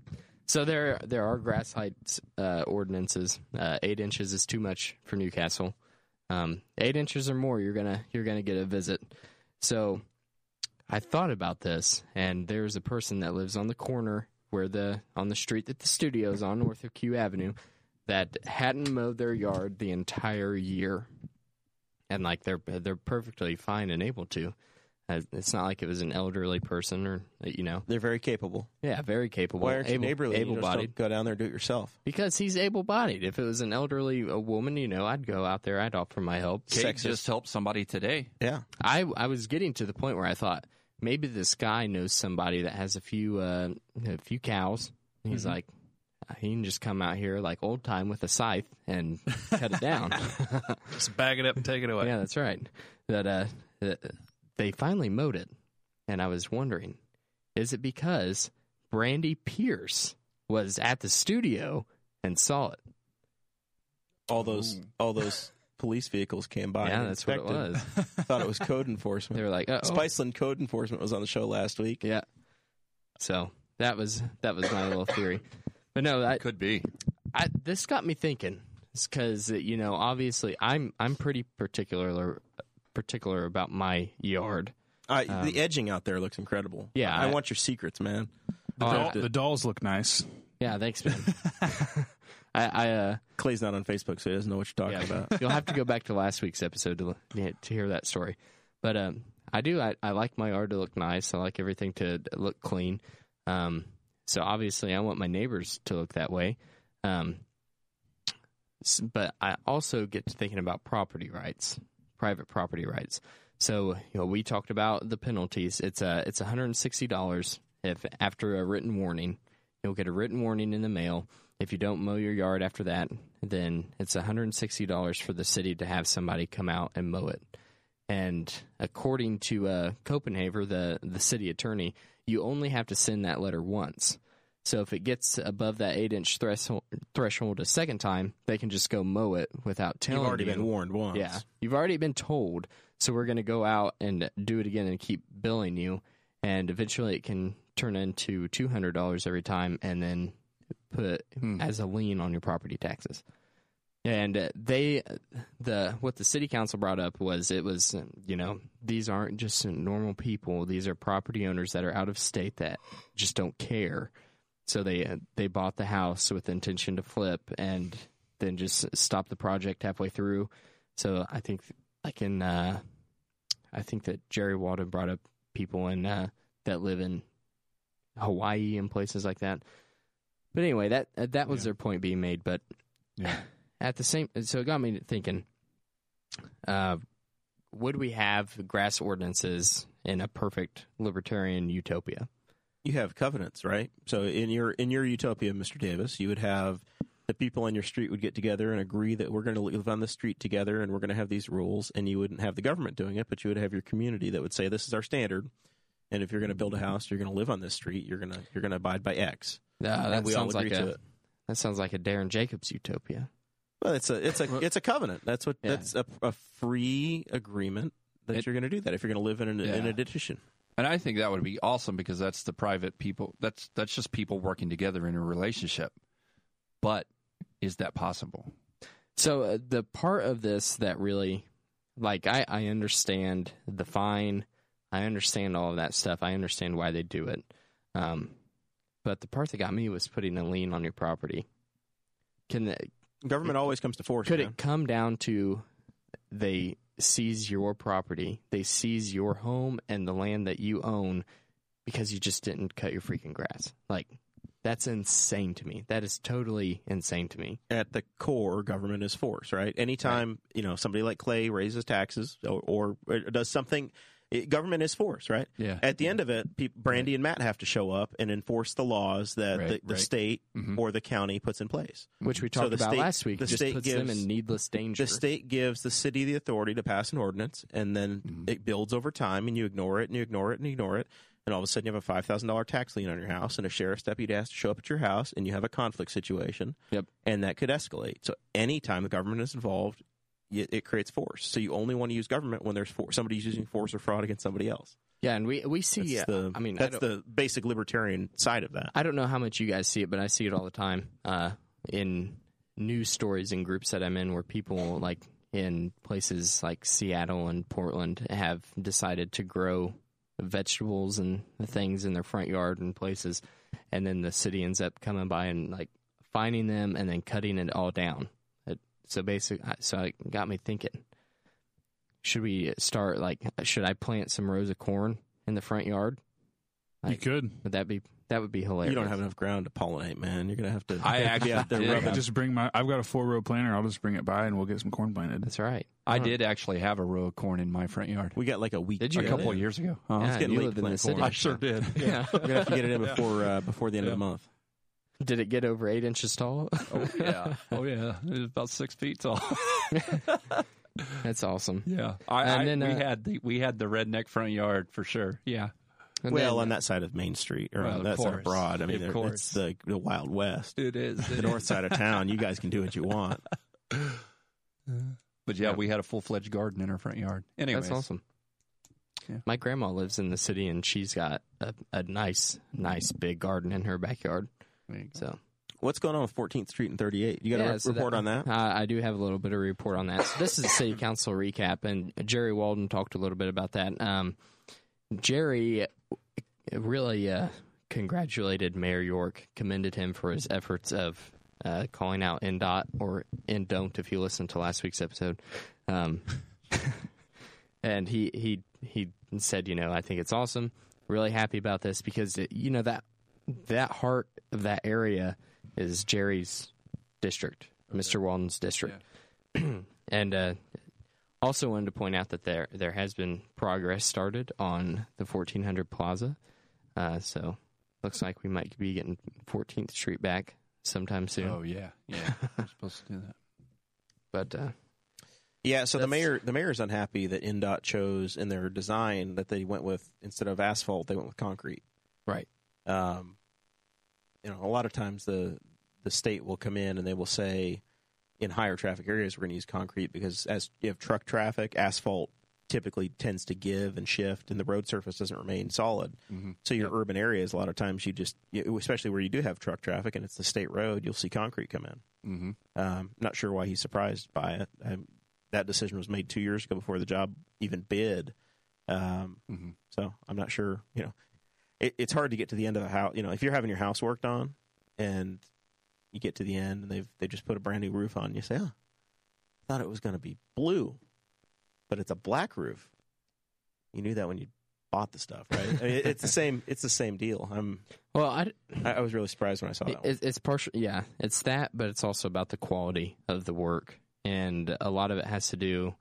So there, there are grass heights uh, ordinances. Uh, eight inches is too much for Newcastle. Um, eight inches or more, you're gonna you're gonna get a visit. So I thought about this, and there's a person that lives on the corner where the on the street that the studio is on, north of Q Avenue, that hadn't mowed their yard the entire year, and like they're they're perfectly fine and able to. Uh, It's not like it was an elderly person or you know
They're very capable.
yeah, very capable.
Why aren't you
able,
neighborly? You just don't
Able-bodied.
go down there and do it yourself.
Because he's able-bodied. If it was an elderly a woman, you know, I'd go out there. I'd offer my help.
Kate
Sexist.
just helped somebody today.
Yeah,
I I was getting to the point where I thought maybe this guy knows somebody that has a few uh, a few cows.
Mm-hmm.
And He's like, "Uh, he can just come out here like old time with a scythe and cut it down.
Just bag it up and take it away.
yeah, that's right. That uh, that they finally mowed it, and I was wondering, is it because Brandy Pierce was at the studio and saw it?
all those all those police vehicles came by.
yeah,
and
that's what it
inspected.
was.
Thought it was code
They
enforcement.
were like, oh,
Spiceland code enforcement was on the show last week.
yeah. So that was that was my little theory, but no, I,
Could be.
I this got me thinking. It's because you know, obviously, I'm I'm pretty particular particular about my yard.
I, Uh, the edging out there looks incredible.
Um, Yeah,
I,
I-
want your secrets, man.
The,
I'll
doll-
have to-
the dolls look nice.
Yeah, thanks, man. I, I uh,
Clay's not on Facebook, so he doesn't know what you're
yeah,
talking about.
you'll have to go back to last week's episode to yeah, to hear that story. But um, I do. I, I like my yard to look nice. I like everything to look clean. Um, so obviously, I want my neighbors to look that way. Um, s- but I also get to thinking about property rights, private property rights. So you know, we talked about the penalties. It's uh, it's one hundred and sixty dollars if after a written warning. You'll get a written warning in the mail. If you don't mow your yard after that, then it's one hundred and sixty dollars for the city to have somebody come out and mow it. And according to uh, Copenhagen, the the city attorney, you only have to send that letter once. So if it gets above that eight inch threshold threshold a second time, they can just go mow it without telling
You've already
you.
been warned once.
Yeah, you've already been told. So we're going to go out and do it again and keep billing you, and eventually it can turn into two hundred dollars every time, and then put as a lien on your property taxes. And uh, they, the what the city council brought up was it was um, you know these aren't just normal people; these are property owners that are out of state that just don't care. So they uh, they bought the house with intention to flip, and then just stopped the project halfway through. So I think like in uh, I think that Jerry Walden brought up people in uh, that live in Hawaii and places like that. But anyway, that uh, that was their point being made. But
Yeah.
at the same, so it got me thinking. Uh, would we have grass ordinances in a perfect libertarian utopia?
you have covenants, right? So in your in your utopia, Mr. Davis, you would have the people on your street would get together and agree that we're going to live on the street together and we're going to have these rules and you wouldn't have the government doing it, but you would have your community that would say this is our standard. And if you're going to build a house, you're going to live on this street, you're going to you're going to abide by X.
Yeah,
and we all agree to it.
that sounds like a Darren Jacobs utopia.
Well, it's a it's a it's a covenant. That's what
Yeah.
that's a, a free agreement that
It-
you're going to do that if you're going to live in an, in
Yeah.
an addition.
And I think that would be awesome because that's the private people. That's that's just people working together in a relationship. But is that possible?
So uh, the part of this that really, like, I, I understand the fine, I understand all of that stuff, I understand why they do it, um, but the part that got me was putting a lien on your property. Can the,
Government always comes to force.
could
man.
it come down to they seize your property, they seize your home and the land that you own because you just didn't cut your freaking grass? Like, that's insane to me. That is totally insane to me.
at the core, government is force, right? Anytime you know somebody like Clay raises taxes or, or, or does something, it, government is force, right?
Yeah.
At the end of it, peop Brandy and Matt have to show up and enforce the laws that
Right,
the, the
right.
state
Mhm.
or the county puts in place.
which we
So
talked
the
about
state-
last week,
the
just
state
puts them
gives-
in needless danger.
The state gives the city the authority to pass an ordinance, and then
Mm-hmm.
it builds over time, and you ignore it, and you ignore it, and you ignore it. And all of a sudden, you have a five thousand dollar tax lien on your house, and a sheriff's deputy has to show up at your house, and you have a conflict situation.
Yep.
and that could escalate. So anytime the government is involved, y- it creates force. So you only want to use government when there's for- somebody's using force or fraud against somebody else.
yeah, and we we see.
That's the,
I mean, I
that's
don't,
the basic libertarian side of that.
I don't know how much you guys see it, but I see it all the time uh, in news stories and groups that I'm in, where people like in places like Seattle and Portland have decided to grow vegetables and things in their front yard and places, and then the city ends up coming by and like finding them and then cutting it all down. It, so basic, so it got me thinking. Should we start like? Should I plant some rows of corn in the front yard?
You could.
Would that be that would be hilarious?
You don't have enough ground to pollinate, man. You're gonna have to.
I
you have to
actually
be out there
did.
I
rubbing.
could just bring my. I've got a four row planter. I'll just bring it by and we'll get some corn planted.
That's right.
I did actually have a row of corn in my front yard
We got like a week.
Did
a
you?
couple
Of
of years ago. Uh-huh.
Yeah,
getting
you
late
live in the
playing
city.
corn. I
did.
Yeah.
We're gonna have to get it in before uh, before the end of the month.
did it get over eight inches tall?
Oh yeah. Oh yeah. It was about six feet tall.
That's awesome.
yeah. I,
And
I-
then,
we
uh,
had the we had the redneck front yard for sure. Yeah.
And
well,
then,
on that side of Main Street or
Well,
on
of
that side
course.
of Broad, I mean,
Of
there-
course.
it's the, the Wild West.
It is.
The north side of town, you guys can do what you want.
But yeah, we had a full fledged garden in our front yard. Anyways.
that's awesome.
Yeah.
My grandma lives in the city, and she's got a, a nice, nice big garden in her backyard.
There you go.
So
What's going on with 14th Street and 38? You got
Yeah,
a re-
so
report
that-
on that?
I, I do have a little bit of a report on that. So this is a city council recap, and Jerry Walden talked a little bit about that. Um, Jerry really uh, congratulated Mayor York, commended him for his efforts of uh, calling out NDOT or NDON'T if you listened to last week's episode. Um, and he, he, he said, you know, I think it's awesome. Really happy about this because, it, you know, that, that heart of that area is Jerry's district, Mr. Walden's district. and uh, also wanted to point out that there there has been progress started on the 1400 Plaza. Uh, so looks like we might be getting 14th Street back sometime soon.
Oh yeah. Yeah. We're supposed to do that.
But uh,
Yeah, so the
That's-
mayor the mayor's unhappy that NDOT chose in their design that they went with instead of asphalt, they went with concrete.
Right.
Um, you know, a lot of times the the state will come in and they will say in higher traffic areas we're going to use concrete because as you have truck traffic, asphalt typically tends to give and shift and the road surface doesn't remain solid. So your urban areas a lot of times you just you- especially where you do have truck traffic and it's the state road, you'll see concrete come in.
Mm-hmm.
Um, not sure why he's surprised by it. Um that decision was made two years ago before the job even bid. Um,
Mhm.
So I'm not sure. You know, it, it's hard to get to the end of the house. You know, if you're having your house worked on and you get to the end and they've they just put a brand new roof on, you say, "Oh, thought it was going to be blue, but it's a black roof." You knew that when you bought the stuff, right? I mean, it- it's the same. It's the same deal. I'm.
well, I,
I, I was really surprised when I saw Oh, that. one.
It, it's partial, yeah. It's that, but it's also about the quality of the work, and a lot of it has to do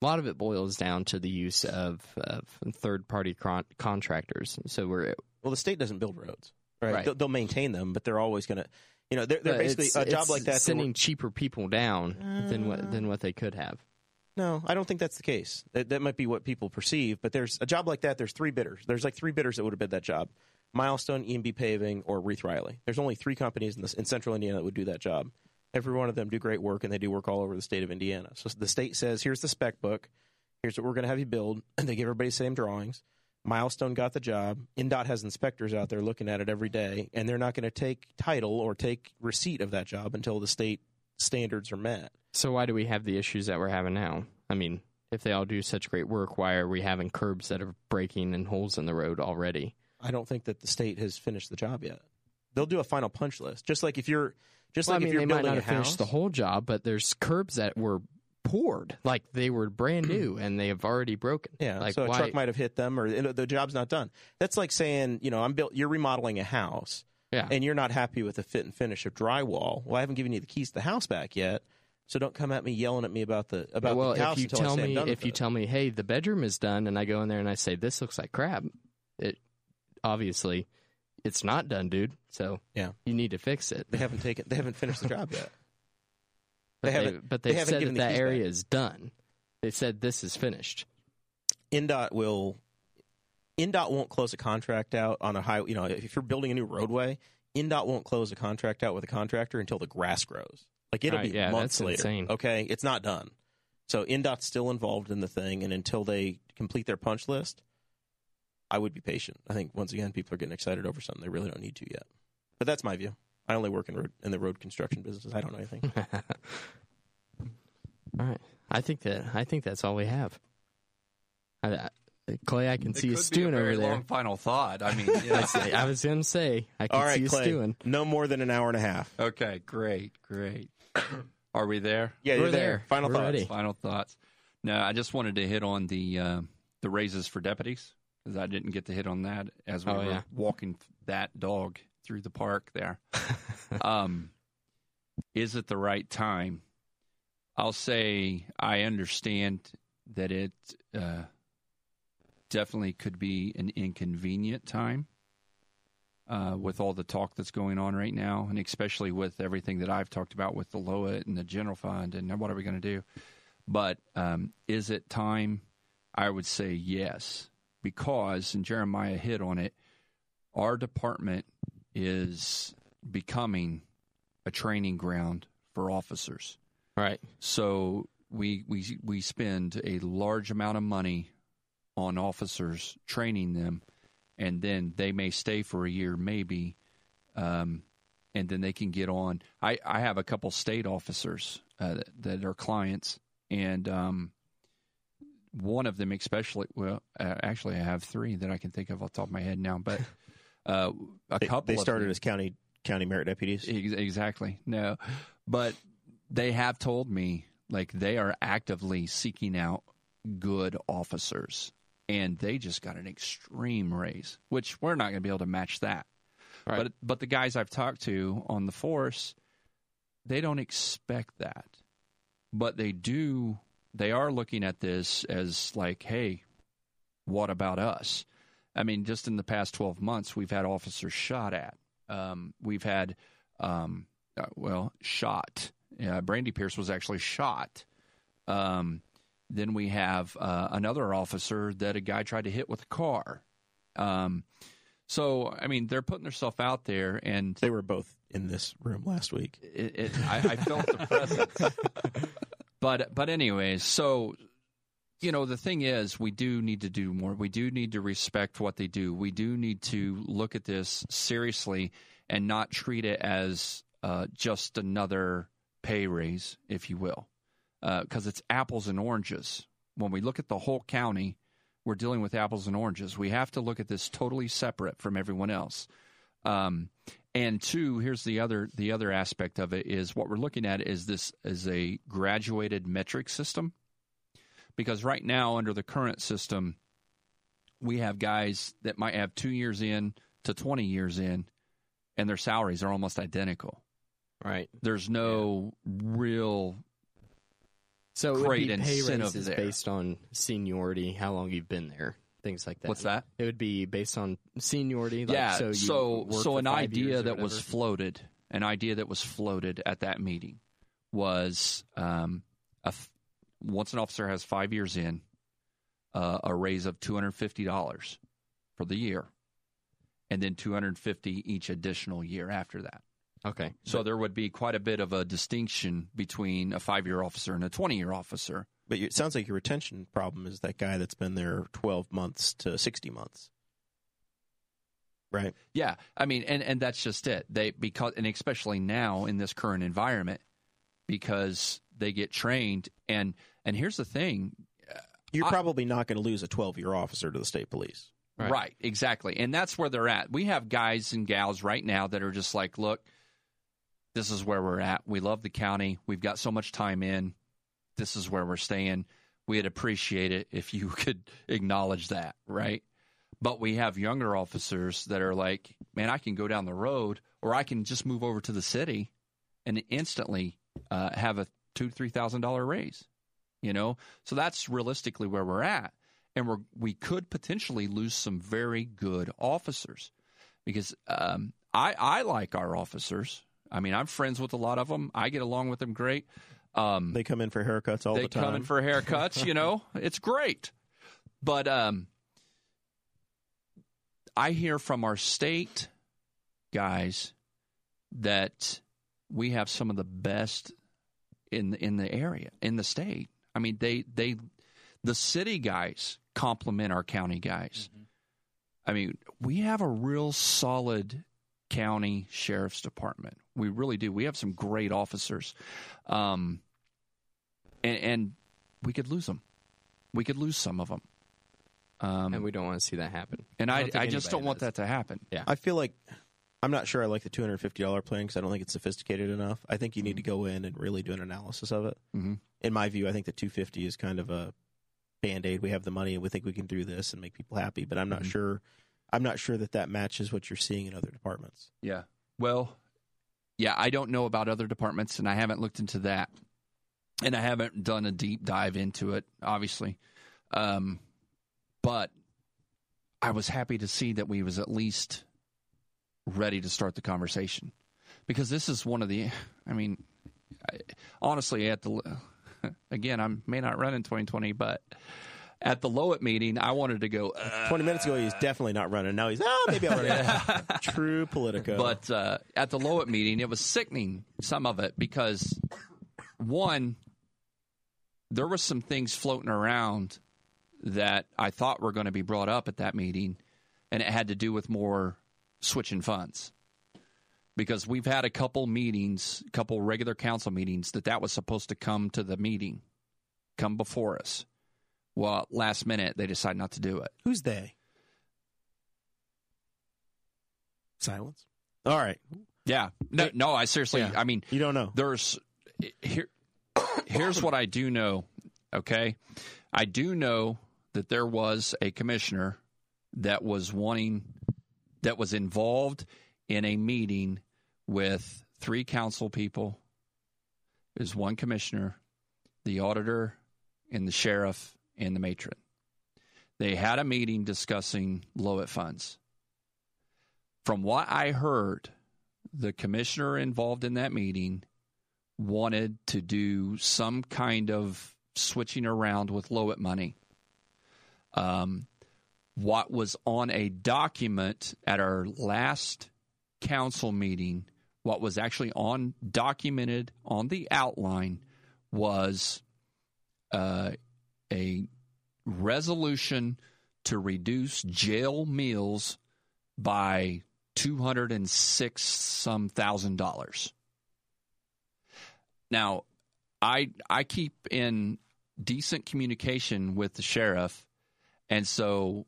a lot of it boils down to the use of, of third party con- contractors. So we're
Well, the state doesn't build roads, right?
Right.
They'll, they'll maintain them, but they're always going to, you know, they're, they're
but
basically
it's-
a job
it's
like that.
sending cheaper people down than
Uh.
what than what they could have.
No, I don't think that's the case. That, that might be what people perceive, but there's a job like that. There's three bidders. There's like three bidders that would have bid that job: Milestone, EMB Paving, or Reith Riley. There's only three companies in, this, in Central Indiana that would do that job. Every one of them do great work, and they do work all over the state of Indiana. So the state says, "Here's the spec book. Here's what we're going to have you build." And they give everybody the same drawings. Milestone got the job. NDOT has inspectors out there looking at it every day, and they're not going to take title or take receipt of that job until the state standards are met.
So why do we have the issues that we're having now? I mean, if they all do such great work, why are we having curbs that are breaking and holes in the road already?
I don't think that the state has finished the job yet. They'll do a final punch list, just like if you're, just
Well,
like
I mean,
if you're
they might
building
not
a
have
house.
finished the whole job, but there's curbs that were poured, like they were brand new and they have already broken.
yeah,
like
so a
why-
truck might have hit them, or you know, the job's not done. That's like saying, you know, I'm built. You're remodeling a house,
Yeah.
and you're not happy with the fit and finish of drywall. Well, I haven't given you the keys to the house back yet, so don't come at me yelling at me about the about
well,
the house
if you
until
tell
I say I'm
me
done
if
with
you
it.
tell me, hey, the bedroom is done, and I go in there and I say this looks like crap, it obviously it's not done, dude. So
Yeah.
you need to fix it.
they haven't taken, they haven't finished the job yet. They
But they,
haven't-
but
they
they,
haven't
said
given
that
the
that
keys
area is done. They said this is finished.
NDOT will NDOT won't close a contract out on a highway. You know, if you're building a new roadway, NDOT won't close a contract out with a contractor until the grass grows. Like it'll
Right,
be
yeah,
months
that's
later.
insane.
Okay, it's not done. So NDOT's still involved in the thing, and until they complete their punch list, I would be patient. I think once again, people are getting excited over something they really don't need to yet. But that's my view. I only work in road in the road construction business. I don't know anything.
all right, I think that I think that's all we have. I, I, Clay, I can see you stewing over there.
final thought. I mean, yeah.
I, I was gonna say I can
All right,
see you
Clay.
stewing.
No more than an hour and a half.
okay, great, great. Are we there?
Yeah,
We're
you're there.
there.
Final
We're
thoughts.
ready.
Final thoughts. No, I just wanted to hit on the uh, the raises for deputies because I didn't get to hit on that as we
Oh,
were
yeah.
walking that dog through the park there. um, is it the right time? I'll say I understand that it uh, definitely could be an inconvenient time uh, with all the talk that's going on right now, and especially with everything that I've talked about with the LOA and the general fund and what are we going to do. But um, is it time? I would say yes, because, and Jeremiah hit on it, our department is becoming a training ground for officers.
Right.
So we we we spend a large amount of money on officers training them, and then they may stay for a year, maybe, um, and then they can get on. I I have a couple state officers uh, that, that are clients, and um, one of them especially. Well, uh, actually, I have three that I can think of off the top of my head now, but. Uh, a
They-
couple
They
of
started
them-
as county county merit deputies.
Ex- Exactly. No, but they have told me like they are actively seeking out good officers, and they just got an extreme raise, which we're not going to be able to match that.
Right.
But but the guys I've talked to on the force, they don't expect that, but they do. They are looking at this as like, hey, what about us? I mean, just in the past 12 months, we've had officers shot at. Um, we've had, um, uh, well, shot. Uh, Brandy Pierce was actually shot. Um, then we have uh, another officer that a guy tried to hit with a car. Um, so, I mean, they're putting themselves out there, and
They were both in this room last week.
it, it, I, I felt the presence. But but anyways, so you know the thing is, we do need to do more. We do need to respect what they do. We do need to look at this seriously and not treat it as uh, just another pay raise, if you will, because it's apples and oranges. When we look at the whole county, we're dealing with apples and oranges. We have to look at this totally separate from everyone else. Um, and two, here's the other the other aspect of it is what we're looking at is this is a graduated metric system, because right now under the current system, we have guys that might have two years in to twenty years in, and their salaries are almost identical
Right.
there's no real
So it would
Great
be pay
incentive
raises
there.
based on seniority, how long you've been there, things like that.
What's that?
It would be based on seniority. Like,
yeah.
So
So
you
so,
work for
an
five
idea
years or
that was
whatever.
floated, an idea that was floated at that meeting was um, a f- once an officer has five years in, uh, a raise of two hundred fifty dollars for the year, and then two hundred fifty each additional year after that.
okay.
So there would be quite a bit of a distinction between a five-year officer and a twenty-year officer.
But you, it sounds like your retention problem is that guy that's been there 12 months to 60 months. Right?
Yeah, I mean, and and that's just it. They because and especially now in this current environment, because they get trained and and here's the thing,
You're
I-
probably not going to lose a 12 year officer to the state police.
right.
Right.
Exactly, and that's where they're at. We have guys and gals right now that are just like, look, this is where we're at. We love the county. We've got so much time in. This is where we're staying. We'd appreciate it if you could acknowledge that, right? But we have younger officers that are like, man, I can go down the road or I can just move over to the city and instantly uh, have a two, three thousand dollar raise. You know? So that's realistically where we're at. And we're we could potentially lose some very good officers. Because um, I, I like our officers. I mean, I'm friends with a lot of them. I get along with them great. Um,
They come in for haircuts all
they
the time.
come in for haircuts. you know, it's great. But um, I hear from our state guys that we have some of the best in in the area in the state. I mean, they they the city guys complement our county guys.
Mm-hmm.
I mean, we have a real solid county sheriff's department. We really do. We have some great officers. Um, and, and we could lose them. We could lose some of them. Um,
And
and,
we don't want to see that happen.
I,
don't think
I, just
anybody
don't want
does.
that to happen.
I feel like I'm not sure I like the $250 plan because I don't think it's sophisticated enough. I think you need to go in and really do an analysis of it.
Mhm.
In my view, I think the 250 is kind of a band aid. We have the money and we think we can do this and make people happy, but I'm not sure. I'm not sure that that matches what you're seeing in other departments.
Yeah. Well, yeah, I don't know about other departments, and I haven't looked into that, and I haven't done a deep dive into it, obviously. Um, but I was happy to see that we was at least ready to start the conversation because this is one of the. I mean, I, honestly, at the again, I may not run in 2020, but at the Lowit meeting, I wanted to go. "Ugh."
20 minutes ago, he's definitely not running. Now he's, oh, maybe I'll run. True Politico.
But uh, at the Lowit meeting, it was sickening, some of it, because one, there were some things floating around that I thought were going to be brought up at that meeting, and it had to do with more switching funds. Because we've had a couple meetings, couple regular council meetings, that that was supposed to come to the meeting, come before us. Well, last minute, they decided not to do it.
Who's they? Silence. All right.
Yeah. No, no I seriously,
Yeah.
I mean,
You don't know.
there's here here's what I do know, okay? I do know that there was a commissioner that was wanting that was involved in a meeting with three council people. There's one commissioner, the auditor, and the sheriff and the matron. They had a meeting discussing Lowit funds. From what I heard, the commissioner involved in that meeting wanted to do some kind of switching around with Lowit money. Um, what was on a document at our last council meeting, what was actually on documented on the outline was uh, a resolution to reduce jail meals by two hundred and six some thousand dollars. Now, I I keep in decent communication with the sheriff, and so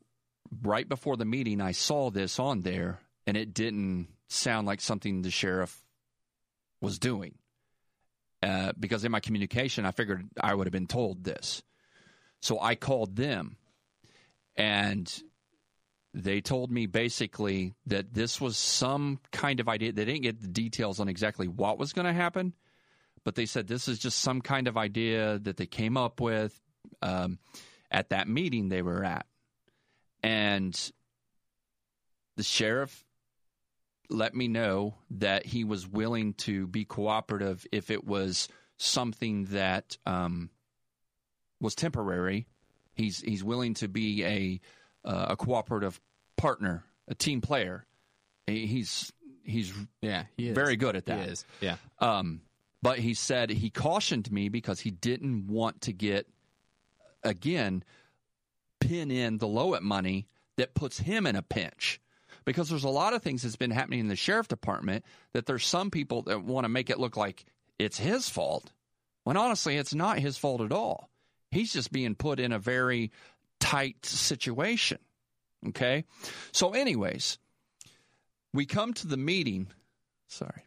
right before the meeting, I saw this on there, and it didn't sound like something the sheriff was doing. Uh, because in my communication, I figured I would have been told this, so I called them, and they told me basically that this was some kind of idea. They didn't get the details on exactly what was going to happen, but they said this is just some kind of idea that they came up with um, at that meeting they were at. And the sheriff let me know that he was willing to be cooperative if it was something that um, was temporary. He's he's willing to be a uh, a cooperative partner, a team player. He- He's he's
Yeah, he is.
very good at
He
that.
is. Yeah.
Um, but he said he cautioned me because he didn't want to get again pin in the Lowett money that puts him in a pinch. Because there's a lot of things that's been happening in the sheriff department that there's some people that want to make it look like it's his fault. When honestly, it's not his fault at all. He's just being put in a very tight situation. Okay. So, anyways, we come to the meeting. Sorry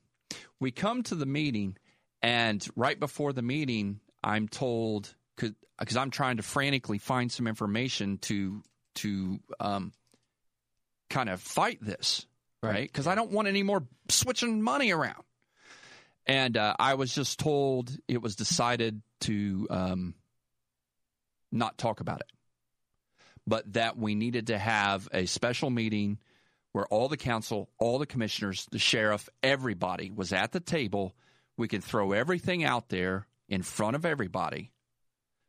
we come to the meeting and right before the meeting i'm told because i'm trying to frantically find some information to to um, kind of fight this right because i don't want any more switching money around and uh, i was just told it was decided to um, not talk about it but that we needed to have a special meeting where all the council, all the commissioners, the sheriff, everybody was at the table. We can throw everything out there in front of everybody.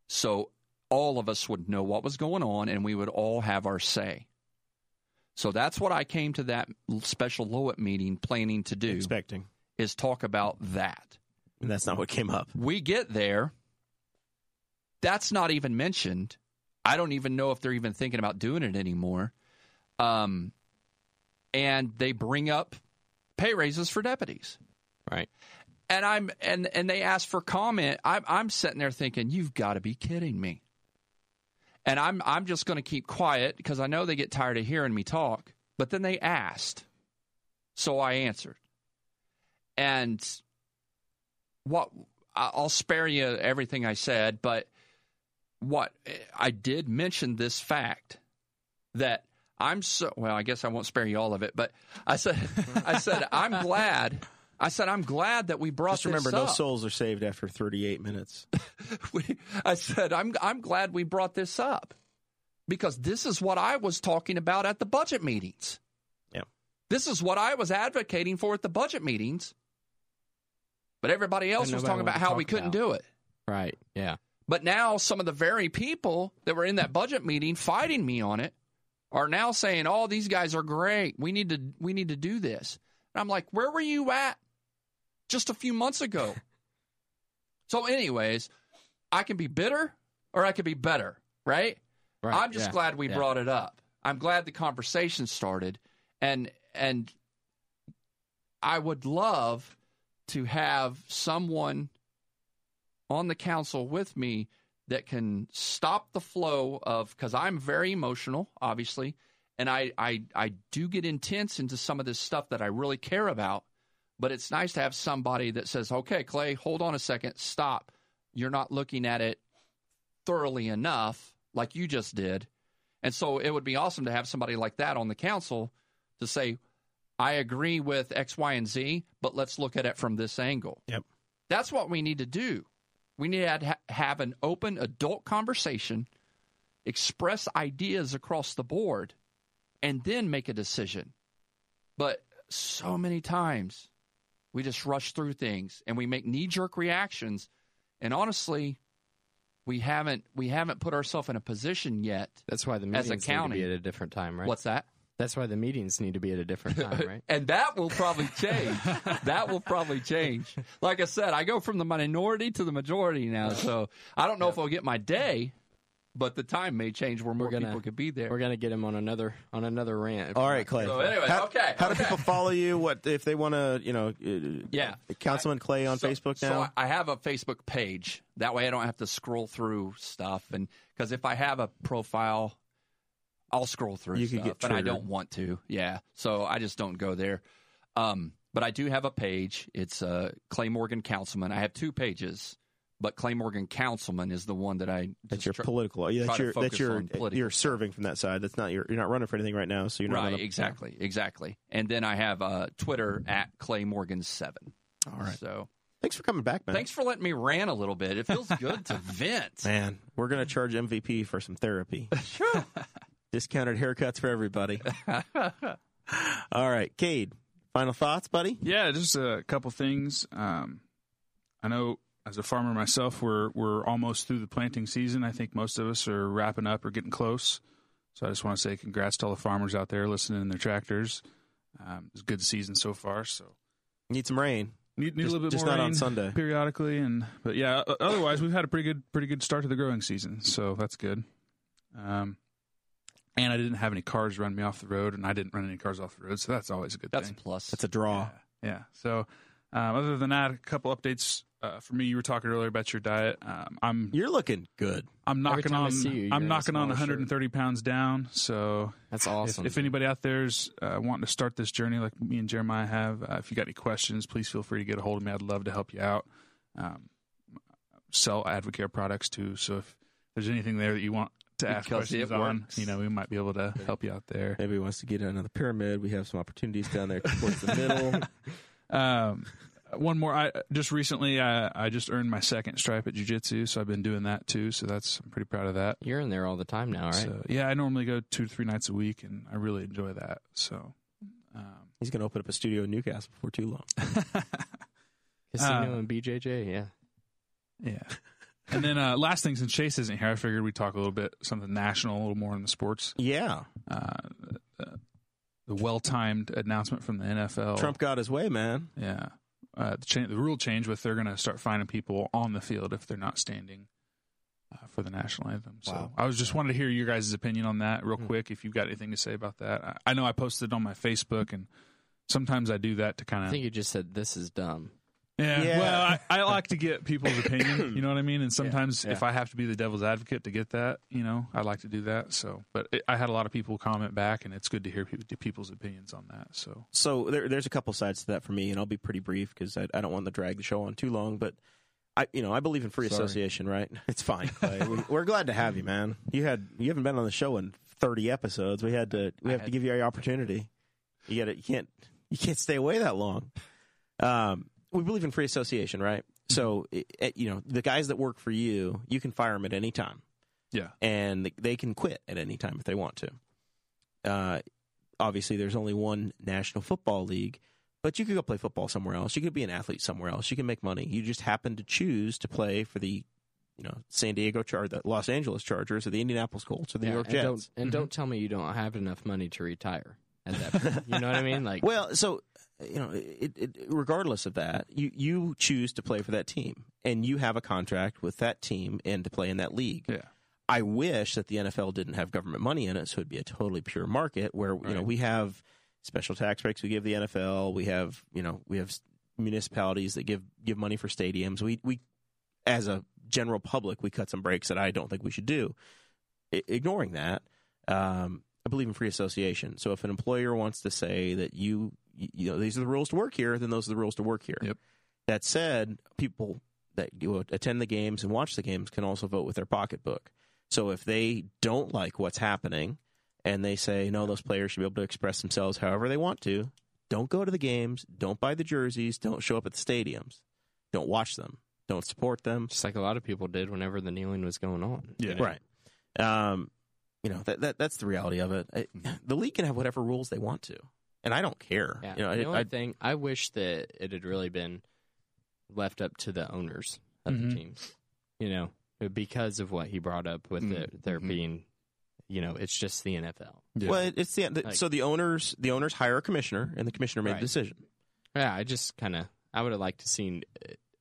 So all of us would know what was going on and we would all have our say. So that's what I came to that special Lowett meeting planning to do
expecting.
is talk about that.
And that's not what came up.
We get there. That's not even mentioned. I don't even know if they're even thinking about doing it anymore. Um, and they bring up pay raises for deputies.
Right.
And I'm and and they ask for comment. I'm I'm sitting there thinking, you've got to be kidding me. And I'm I'm just going to keep quiet because I know they get tired of hearing me talk. But then they asked, so I answered. And what I- I'll spare you everything I said, but what I did mention this fact that I'm so well, I guess I won't spare you all of it, but I said I said I'm glad I said I'm glad that we brought
Just remember,
this
no
up.
souls are saved after 38 minutes.
we, I said, I'm, I'm glad we brought this up because this is what I was talking about at the budget meetings.
Yeah.
This is what I was advocating for at the budget meetings. But everybody else was
nobody
talking
wanted
about
to
how we
talk
couldn't
about.
do it.
Right. Yeah.
But now some of the very people that were in that budget meeting fighting me on it are now saying, "Oh, these guys are great. We need to we need to do this." And I'm like, "Where were you at just a few months ago?" so anyways, I can be bitter or I can be better, right?
Right.
I'm just
yeah,
glad we
yeah.
brought it up. I'm glad the conversation started, and and I would love to have someone on the council with me that can stop the flow of because I'm very emotional, obviously, and I, I I do get intense into some of this stuff that I really care about. But it's nice to have somebody that says, "Okay, Clay, hold on a second, stop. You're not looking at it thoroughly enough, like you just did." And so it would be awesome to have somebody like that on the council to say, "I agree with X, Y, and Z, but let's look at it from this angle."
Yep.
That's what we need to do. We need to ha- have an open adult conversation, express ideas across the board, and then make a decision. But so many times we just rush through things and we make knee jerk reactions. And honestly, we haven't we haven't put ourselves in a position yet.
That's why the
As
meetings
a
need to
county.
be at a different time, right?
What's that?
That's why the meetings need to be at a different time, right?
And that will probably change. that will probably change. Like I said, I go from the minority to the majority now, so I don't know if I'll get my day, but the time may change where more
gonna-
people could be there.
We're gonna get him on another on another rant.
All right, Clay.
So anyway,
how,
okay,
How do
okay.
people follow you? What if they want to? You know, uh,
Yeah.
Councilman Clay on
So-
Facebook
so
now.
I I have a Facebook page. That way, I don't have to scroll through stuff. And because if I have a profile, I'll scroll through
You could
stuff,
get
but I
triggered.
don't want to. Yeah, so I just don't go there. Um, but I do have a page. It's uh, Clay Morgan Councilman. I have two pages, but Clay Morgan Councilman is the one that I
that's
just
your
try-
political. Yeah,
try
that's
to
your
focus
that's your
on political
you're serving from that side. That's not your. You're not running for anything right now, so you're not.
right.
on the-
exactly, exactly. And then I have uh, Twitter at Clay Morgan Seven.
All right.
So
Thanks for coming back, man.
Thanks for letting me rant a little bit. It feels good to vent.
Man, we're going to charge MVP for some therapy. Discounted haircuts for everybody. All right, Cade, final thoughts, buddy?
Yeah, just a couple things. Um, I know as a farmer myself, we're we're almost through the planting season. I think most of us are wrapping up or getting close. So I just want to say congrats to all the farmers out there listening in their tractors. Um, it's a good season so far. So
Need some rain.
need, need
Just-
a little bit
just
more
not on
rain
Sunday.
periodically, and but yeah. o- Otherwise, we've had a pretty good pretty good start to the growing season, so that's good. Um, and I didn't have any cars run me off the road, and I didn't run any cars off the road, so that's always a good
That's a
thing.
plus.
That's a draw.
Yeah. So, um, other than that, a couple updates uh, for me. You were talking earlier about your diet. Um, I'm
You're looking good.
I'm
Every
knocking
time I
on
see you, you're in
I'm
a
knocking on
smaller shirt.
130 pounds down. So
That's
if-
awesome.
if, anybody out there's uh, wanting to start this journey like me and Jeremiah have, uh, if you got any questions, please feel free to get a hold of me. I'd love to help you out. Um, sell Advocare products too. So if there's anything there that you want to ask
Because it
questions on,
works.
you know, we might be able to help you out there.
Maybe he wants to get into the pyramid. We have some opportunities down there towards the middle.
Um, one more. I just recently I, I just earned my second stripe at jujitsu, so I've been doing that too. So that's I'm pretty proud of that.
You're in there all the time now, right?
So yeah, I normally go two to three nights a week, and I really enjoy that. So um,
He's going to open up a studio in Newcastle before too long.
Casino
uh,
and BJJ, yeah.
yeah. And then uh, last thing, since Chase isn't here, I figured we'd talk a little bit something national, a little more in the sports.
Yeah.
Uh, the, the well-timed announcement from the NFL.
Trump got his way, man.
Yeah. Uh, the, cha- the rule change with they're going to start finding people on the field if they're not standing uh, for the national anthem. So
Wow.
I was just wanted to hear your guys' opinion on that real quick. If you've got anything to say about that, I, I know I posted on my Facebook, and sometimes I do that to kind
I
of
think you just said this is dumb.
yeah,
Yeah.
Well, I, I like to get people's opinion. You know what I mean? And sometimes
yeah.
if I have to be the devil's advocate to get that, you know, I like to do that. So, but it, I had a lot of people comment back, and it's good to hear pe- people's opinions on that. So
So there, there's a couple sides to that for me, and I'll be pretty brief because I, I don't want to drag the show on too long. But I, you know, I believe in free
Sorry.
association, right? It's fine. Clay. We- We're glad to have you, man. You had you haven't been on the show in 30 episodes. We had to we have to give you the opportunity. You got to You can't you can't stay away that long. Um, we believe in free association, right? So it, it- you know, the guys that work for you, you can fire them at any time
yeah,
and they can quit at any time if they want to. Uh, obviously, there's only one National Football League, but you could go play football somewhere else. You could be an athlete somewhere else. You can make money. You just happen to choose to play for the, you know, San Diego Char, the Los Angeles Chargers, or the Indianapolis Colts, or the New
Yeah,
York
and
Jets.
don't, and don't tell me you don't have enough money to retire at that point. you know what I mean? Like,
Well, so you know, it, it, regardless of that, you you choose to play for that team, and you have a contract with that team and to play in that league.
Yeah.
I wish that the NFL didn't have government money in it, so it'd be a totally pure market where you know
Right.
we have special tax breaks we give the NFL, we have you know we have municipalities that give give money for stadiums. We we as a general public we cut some breaks that I don't think we should do. I- ignoring that, um, I believe in free association. So if an employer wants to say that you, you know, these are the rules to work here, then those are the rules to work here.
Yep.
That said, people that you attend the games and watch the games can also vote with their pocketbook. So if they don't like what's happening and they say, no, those players should be able to express themselves however they want to, don't go to the games, don't buy the jerseys, don't show up at the stadiums, don't watch them, don't support them.
just like a lot of people did whenever the kneeling was going on.
yeah,
Right. Um, you know that, that that's the reality of it. I,
Mm-hmm.
the league can have whatever rules they want to, and I don't care.
Yeah.
You know, I-
the only
I-
thing I wish that it had really been left up to the owners of
Mhm.
the teams. You know, because of what he brought up with
Mm,
Mm-hmm.
it, there
mhm.
being, you know, it's just the NFL.
Yeah.
well, it's the, the
Like-
so the owners the owners hire a commissioner, and the commissioner made
Right.
the decision.
Yeah, I just kind of I would have liked to seen.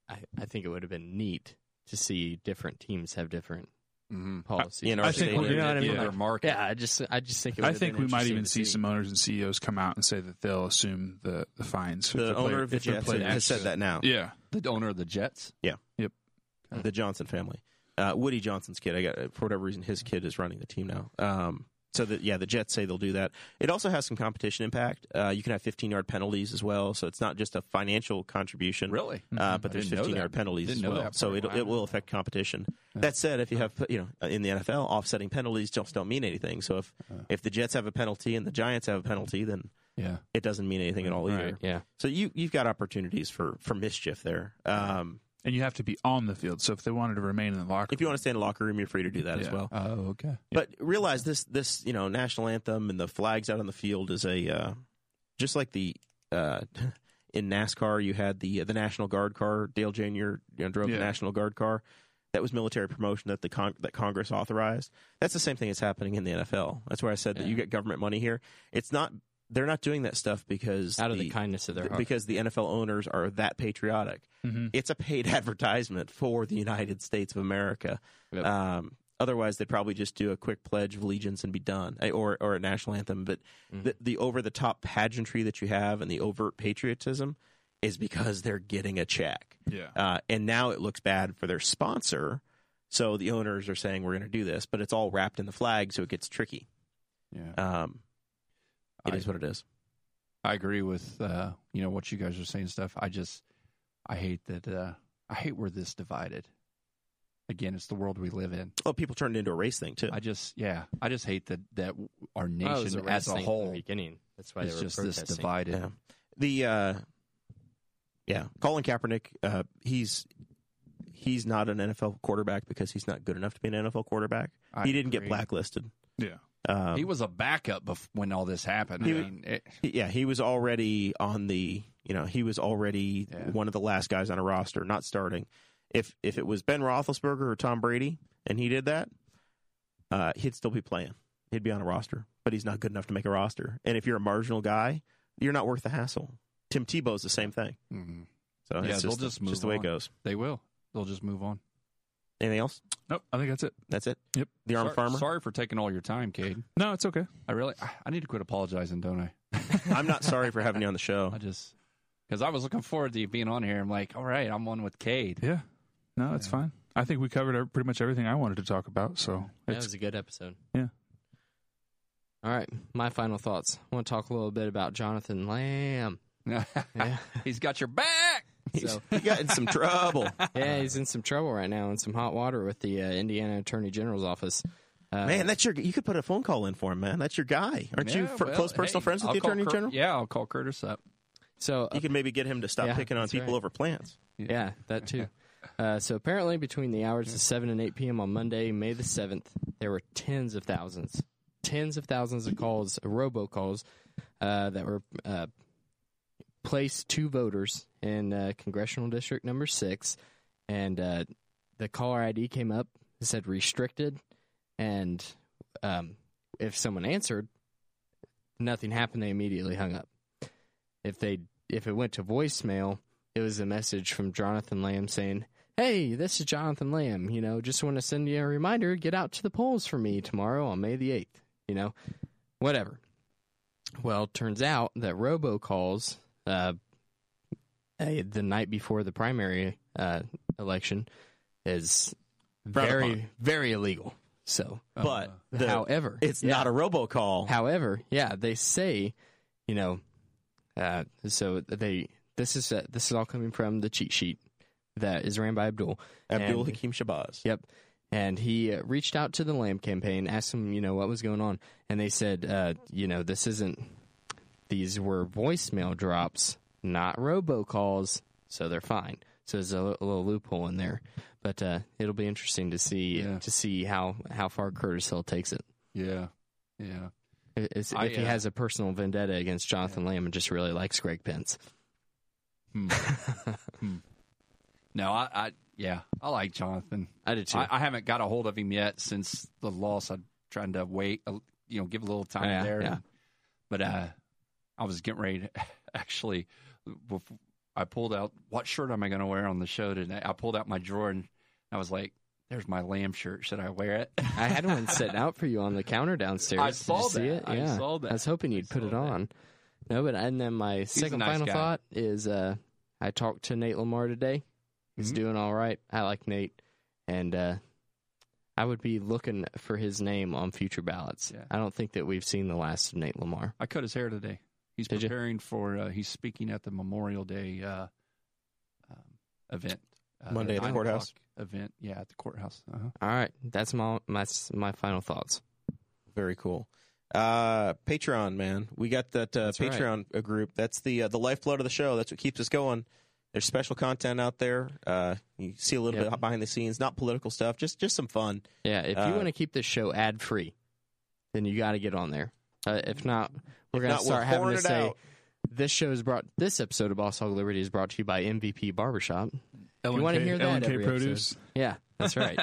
I I think it would have been neat to see different teams have different
Mm-hmm.
policies.
you know,
I
I
think
think
we're-
you know
what I mean?
Their market.
Yeah, I just I just think it
I
would've
think
been
we might
interesting
even
to
see some owners and CEOs come out and say that they'll assume the, the fines. if
The
they're
owner
play-
of the
if they're
Jets
playing
has said
extra.
that now.
Yeah,
The owner of the Jets.
The Johnson family, uh, Woody Johnson's kid. I got for whatever reason his kid is running the team now. Um, so that yeah, the Jets say they'll do that. It also has some competition impact. Uh, you can have 15 yard penalties as well, so it's not just a financial contribution.
Really? Mm-hmm.
uh,
Mhm.
but
I
there's
didn't know
15
that.
yard penalties
Didn't
as
know
well,
that.
so it
Wow.
it will affect competition. That said, if you have you know in the NFL, offsetting penalties just don't mean anything. So if if the Jets have a penalty and the Giants have a penalty, then
Yeah.
it doesn't mean anything at all either.
Right, yeah.
So you you've got opportunities for for mischief there. Um,
And you have to be on the field. So if they wanted to remain in the locker,
if you want to stay in the locker room, you're free to do that as
Yeah.
well.
Oh, okay.
But realize this this you know national anthem and the flags out on the field is a uh, just like the uh, in NASCAR you had the the National Guard car. Dale Jr. You know, drove
Yeah.
the National Guard car. That was military promotion that the con- that Congress authorized. That's the same thing that's happening in the NFL. That's where I said that
Yeah.
you get government money here. It's not they're not doing that stuff because
Out of the, kindness of their heart.
because the NFL owners are that patriotic.
Mhm.
It's a paid advertisement for the United States of America.
Yep.
Um, otherwise, they'd probably just do a quick pledge of allegiance and be done, eh, or or a national anthem. But the, the over the top pageantry that you have and the overt patriotism is because they're getting a check,
yeah,
uh, and now it looks bad for their sponsor. So the owners are saying we're going to do this, but it's all wrapped in the flag, so it gets tricky.
Yeah.
Um, it is
I-
what it is.
I agree with uh, you know what you guys are saying stuff. I just I hate that uh, I hate we're this divided. Again, it's the world we live in.
Oh, people turned it into a race thing too.
I just yeah, I just hate that that our
Well, Oh, it was
nation
a race
as a
thing from
whole
the beginning. That's why
is
they were
just
protesting.
this divided.
Yeah. The uh yeah, Colin Kaepernick, uh he's he's not an NFL quarterback because he's not good enough to be an NFL quarterback.
I
he didn't get
agree.
blacklisted.
yeah.
Um,
He was a backup bef- when all this happened.
He
I
was-
mean, it,
yeah, he was already on the, you know, he was already
Yeah.
one of the last guys on a roster not starting. If if it was Ben Roethlisberger or Tom Brady and he did that, uh he'd still be playing. He'd be on a roster, but he's not good enough to make a roster. And if you're a marginal guy, you're not worth the hassle. Tim Tebow's the same thing.
mhm.
So
Yeah,
it's
they'll
just,
just move
the way it
on.
goes.
they will. They'll just move on.
Anything else?
Nope, I think that's it.
That's it.
Yep.
The armed
sorry,
farmer.
sorry for taking all your time, Cade.
No, it's okay.
I really I, I need to quit apologizing, don't I?
I'm not sorry for having you on the show.
I just because I was looking forward to you being on here. I'm like, all right, I'm on with Cade.
Yeah, no, it's fine. I think we covered ev- pretty much everything I wanted to talk about. So
That
it's
was a good episode.
Yeah.
All right, my final thoughts. I want to talk a little bit about Jonathan Lamb. Yeah.
He's got your back.
So,
You got in some trouble.
Uh,
yeah, he's in some trouble right now in some hot water with the uh, Indiana Attorney General's office. Uh,
Man, that's your you could put a phone call in for him, man. That's your guy. Aren't you
Yeah,
fr-
well,
close personal
hey,
friends with
I'll
the
call
attorney
Cur-
general?
Yeah, I'll call Curtis up.
so
You can maybe get him to stop
Yeah,
picking on
that's
people
right.
over plants.
Yeah, that too. Uh, so apparently, between the hours of 7 and 8 p.m. on Monday, May the 7th, there were tens of thousands, tens of thousands of calls, robocalls, uh, that were uh, placed to voters in uh, congressional district number six, and uh, the caller ID came up. It said restricted, and um, if someone answered, nothing happened. They immediately hung up. If they if it went to voicemail, it was a message from Jonathan Lamb saying, Hey, this is Jonathan Lamb. You know, just want to send you a reminder get out to the polls for me tomorrow on May the 8th. You know, whatever. Well, turns out that robocalls uh, eh, the night before the primary uh, election is
Frowned
very,
upon.
very illegal. So,
Um,
but
uh,
the-
however,
e-,
it's
yeah.
not a robocall.
However, yeah, they say, you know, uh, so they this is uh, this is all coming from the cheat sheet that is ran by Abdul.
Abdul
And-
Hakim Shabazz.
Yep. And he uh, reached out to the Lamb campaign, asked them, you know, what was going on. And they said, uh, you know, this isn't, these were voicemail drops, not robocalls, so they're fine. So there's a, li- a little loophole in there, but uh, it'll be interesting to see
Yeah.
to see how, how far Curtis Hill takes it.
Yeah, yeah.
If- If,
I,
if he
uh,
has a personal vendetta against Jonathan Lamb and just really likes Greg Pence.
Hmm. Hmm. No, I, I, yeah, I like Jonathan.
I did too.
I, I haven't got a hold of him yet since the loss. I'm trying to wait, uh, you know, give a little time
Yeah,
there.
yeah.
But uh, I was getting ready to actually. bef- I pulled out what shirt am I going to wear on the show today? I pulled out my drawer and I was like, "There's my lamb shirt. Should I wear it?"
I had one sitting out for you on the counter downstairs.
I
Did you
saw
see
that.
it?
I
Yeah.
saw that.
I was hoping you'd put
saw
it
that.
on. No, but and then my second
nice
final
guy.
thought is uh, I talked to Nate Lamar today. He's
Mhm.
doing all right. I like Nate, and uh, I would be looking for his name on future ballots.
Yeah.
I don't think that we've seen the last of Nate Lamar.
I cut his hair today. He's
Did you?
preparing for. Uh, he's speaking at the Memorial Day uh, um, event. Uh,
Monday at the
nine
courthouse?
o'clock event. Yeah, at the courthouse. Uh-huh.
All right, that's my my my final thoughts.
Very cool. Uh, Patreon, man, we got that uh,
right.
Patreon uh group. That's the uh, the lifeblood of the show. That's what keeps us going. There's special content out there. Uh, you see a little
Yep.
bit behind the scenes, not political stuff, just just some fun.
Yeah, if
Uh,
you want to keep this show ad free, then you got to get on there. Uh, if not, we're going
not,
to
we're
start having
pouring
to
it
say
out.
this show is brought. This episode of Boss Hog Liberty is brought to you by MVP Barbershop. you want to hear that
LNK
every
produce.
episode. Yeah, that's right.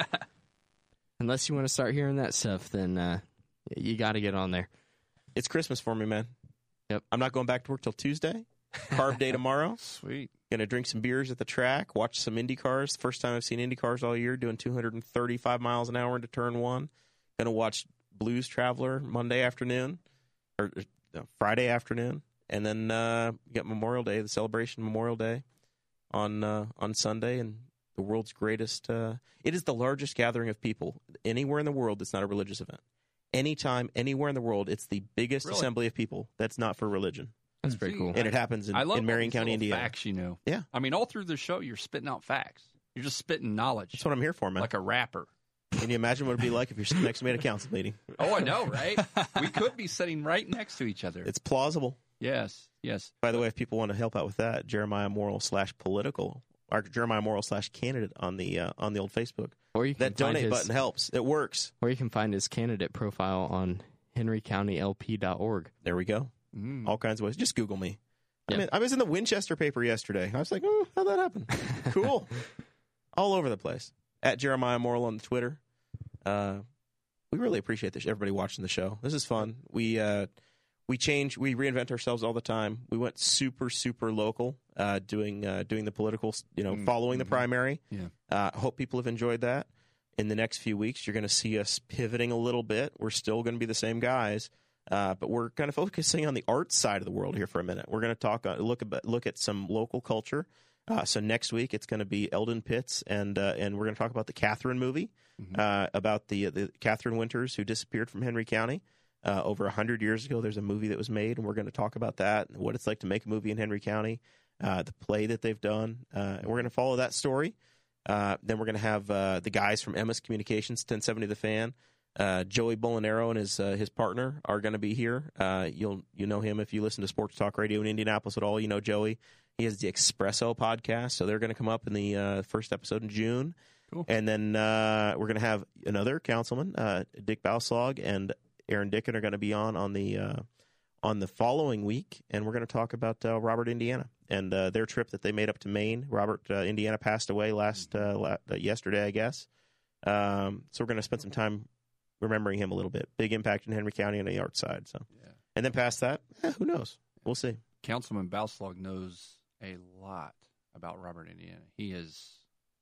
Unless you want to start hearing that stuff, then uh, you got to get on there.
It's Christmas for me, man.
Yep.
I'm not going back to work till Tuesday. Carb day tomorrow.
Sweet.
Gonna drink some beers at the track, watch some Indy cars. First time I've seen Indy cars all year, doing 235 miles an hour into turn one. Gonna watch Blues Traveler Monday afternoon or or, no, Friday afternoon, and then uh, we got Memorial Day, the celebration of Memorial Day on uh, on Sunday, and the world's greatest. Uh, it is the largest gathering of people anywhere in the world. That's not a religious event. Anytime, anywhere in the world, it's the biggest
Really?
assembly of people that's not for religion,
That's pretty
See,
cool.
and it happens in,
I love
in
all
Marion
these
County,
little
Indiana.
Facts, you know.
Yeah.
I mean, all through the show, you're spitting out facts. You're just spitting knowledge,
That's what I'm here for, man.
like a rapper.
Can you imagine what it'd be like if you're sitting next to me at a council meeting?
Oh, I know, right? we could be sitting right next to each other.
It's plausible.
yes, yes.
By the way, if people want to help out with that, Jeremiah Morrill slash political or Jeremiah Morrill slash candidate on the uh, on the old Facebook.
Or you can
That
find
donate
his,
button helps. It works.
Or you can find his candidate profile on henrycountylp.org.
There we go.
Mm.
All kinds of ways. Just Google me. I,
Yeah.
mean, I was in the Winchester paper yesterday. I was like, oh, how'd that happen? cool. All over the place. At Jeremiah Morrill on Twitter. Uh, we really appreciate this. Everybody watching the show. This is fun. We uh, we change, we reinvent ourselves all the time. We went super, super local, uh, doing uh, doing the political, you know,
Mm,
following the
mhm.
primary.
Yeah.
Uh, I hope people have enjoyed that. In the next few weeks, you're going to see us pivoting a little bit. We're still going to be the same guys, uh, but we're kind of focusing on the art side of the world here for a minute. We're going to talk uh, look about, look at some local culture. Uh, so next week it's going to be Eldon Pitts, and uh, and we're going to talk about the Catherine movie,
Mhm.
uh, about the the Catherine Winters who disappeared from Henry County uh, over hundred years ago. There's a movie that was made, and we're going to talk about that, and what it's like to make a movie in Henry County, uh, the play that they've done, uh, and we're going to follow that story. Uh, then we're going to have uh, the guys from MS Communications, 1070 The Fan. Uh, Joey Bolinero and his uh, his partner are going to be here. Uh, you'll you know him if you listen to Sports Talk Radio in Indianapolis at all. You know Joey. He has the Espresso podcast, so they're going to come up in the uh, first episode in June.
Cool.
And then uh, we're going to have another councilman, uh, Dick Bauslog, and Aaron Dickin are going to be on on the uh, on the following week, and we're going to talk about uh, Robert Indiana and uh, their trip that they made up to Maine. Robert uh, Indiana passed away last uh, la- uh, yesterday, I guess. Um, so we're going to spend some time remembering him a little bit. Big impact in Henry County on the art side. So,
Yeah.
and then past that, eh, who knows? We'll see.
Councilman Bauslog knows a lot about Robert Indiana. He is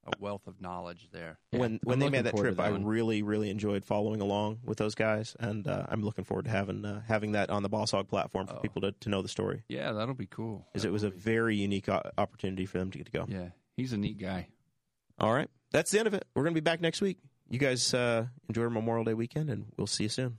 a wealth of knowledge there.
Yeah,
when when
I'm
they
looking
made that
forward to
trip, I
one.
really really enjoyed following along with those guys, and uh, I'm looking forward to having uh, having that on the Boss Hog platform for
Oh.
people to, to know the story,
Yeah, that'll be cool.
because it was a
That'll be-
very unique o- opportunity for them to get to go.
yeah. He's a neat guy.
All right, that's the end of it. We're gonna be back next week. You guys uh, enjoy your Memorial Day weekend, and we'll see you soon.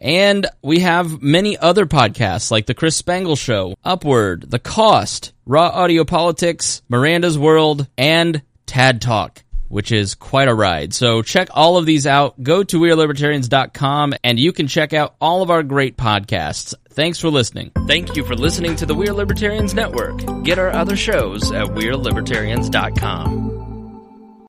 And we have many other podcasts like The Chris Spangle Show, Upward, The Cost, Raw Audio Politics, Miranda's World, and Tad Talk. Which is quite a ride. So check all of these out. Go to WeareLibertarians.com and you can check out all of our great podcasts. Thanks for listening. Thank you for listening to the We're Libertarians Network. Get our other shows at We'reLibertarians.com.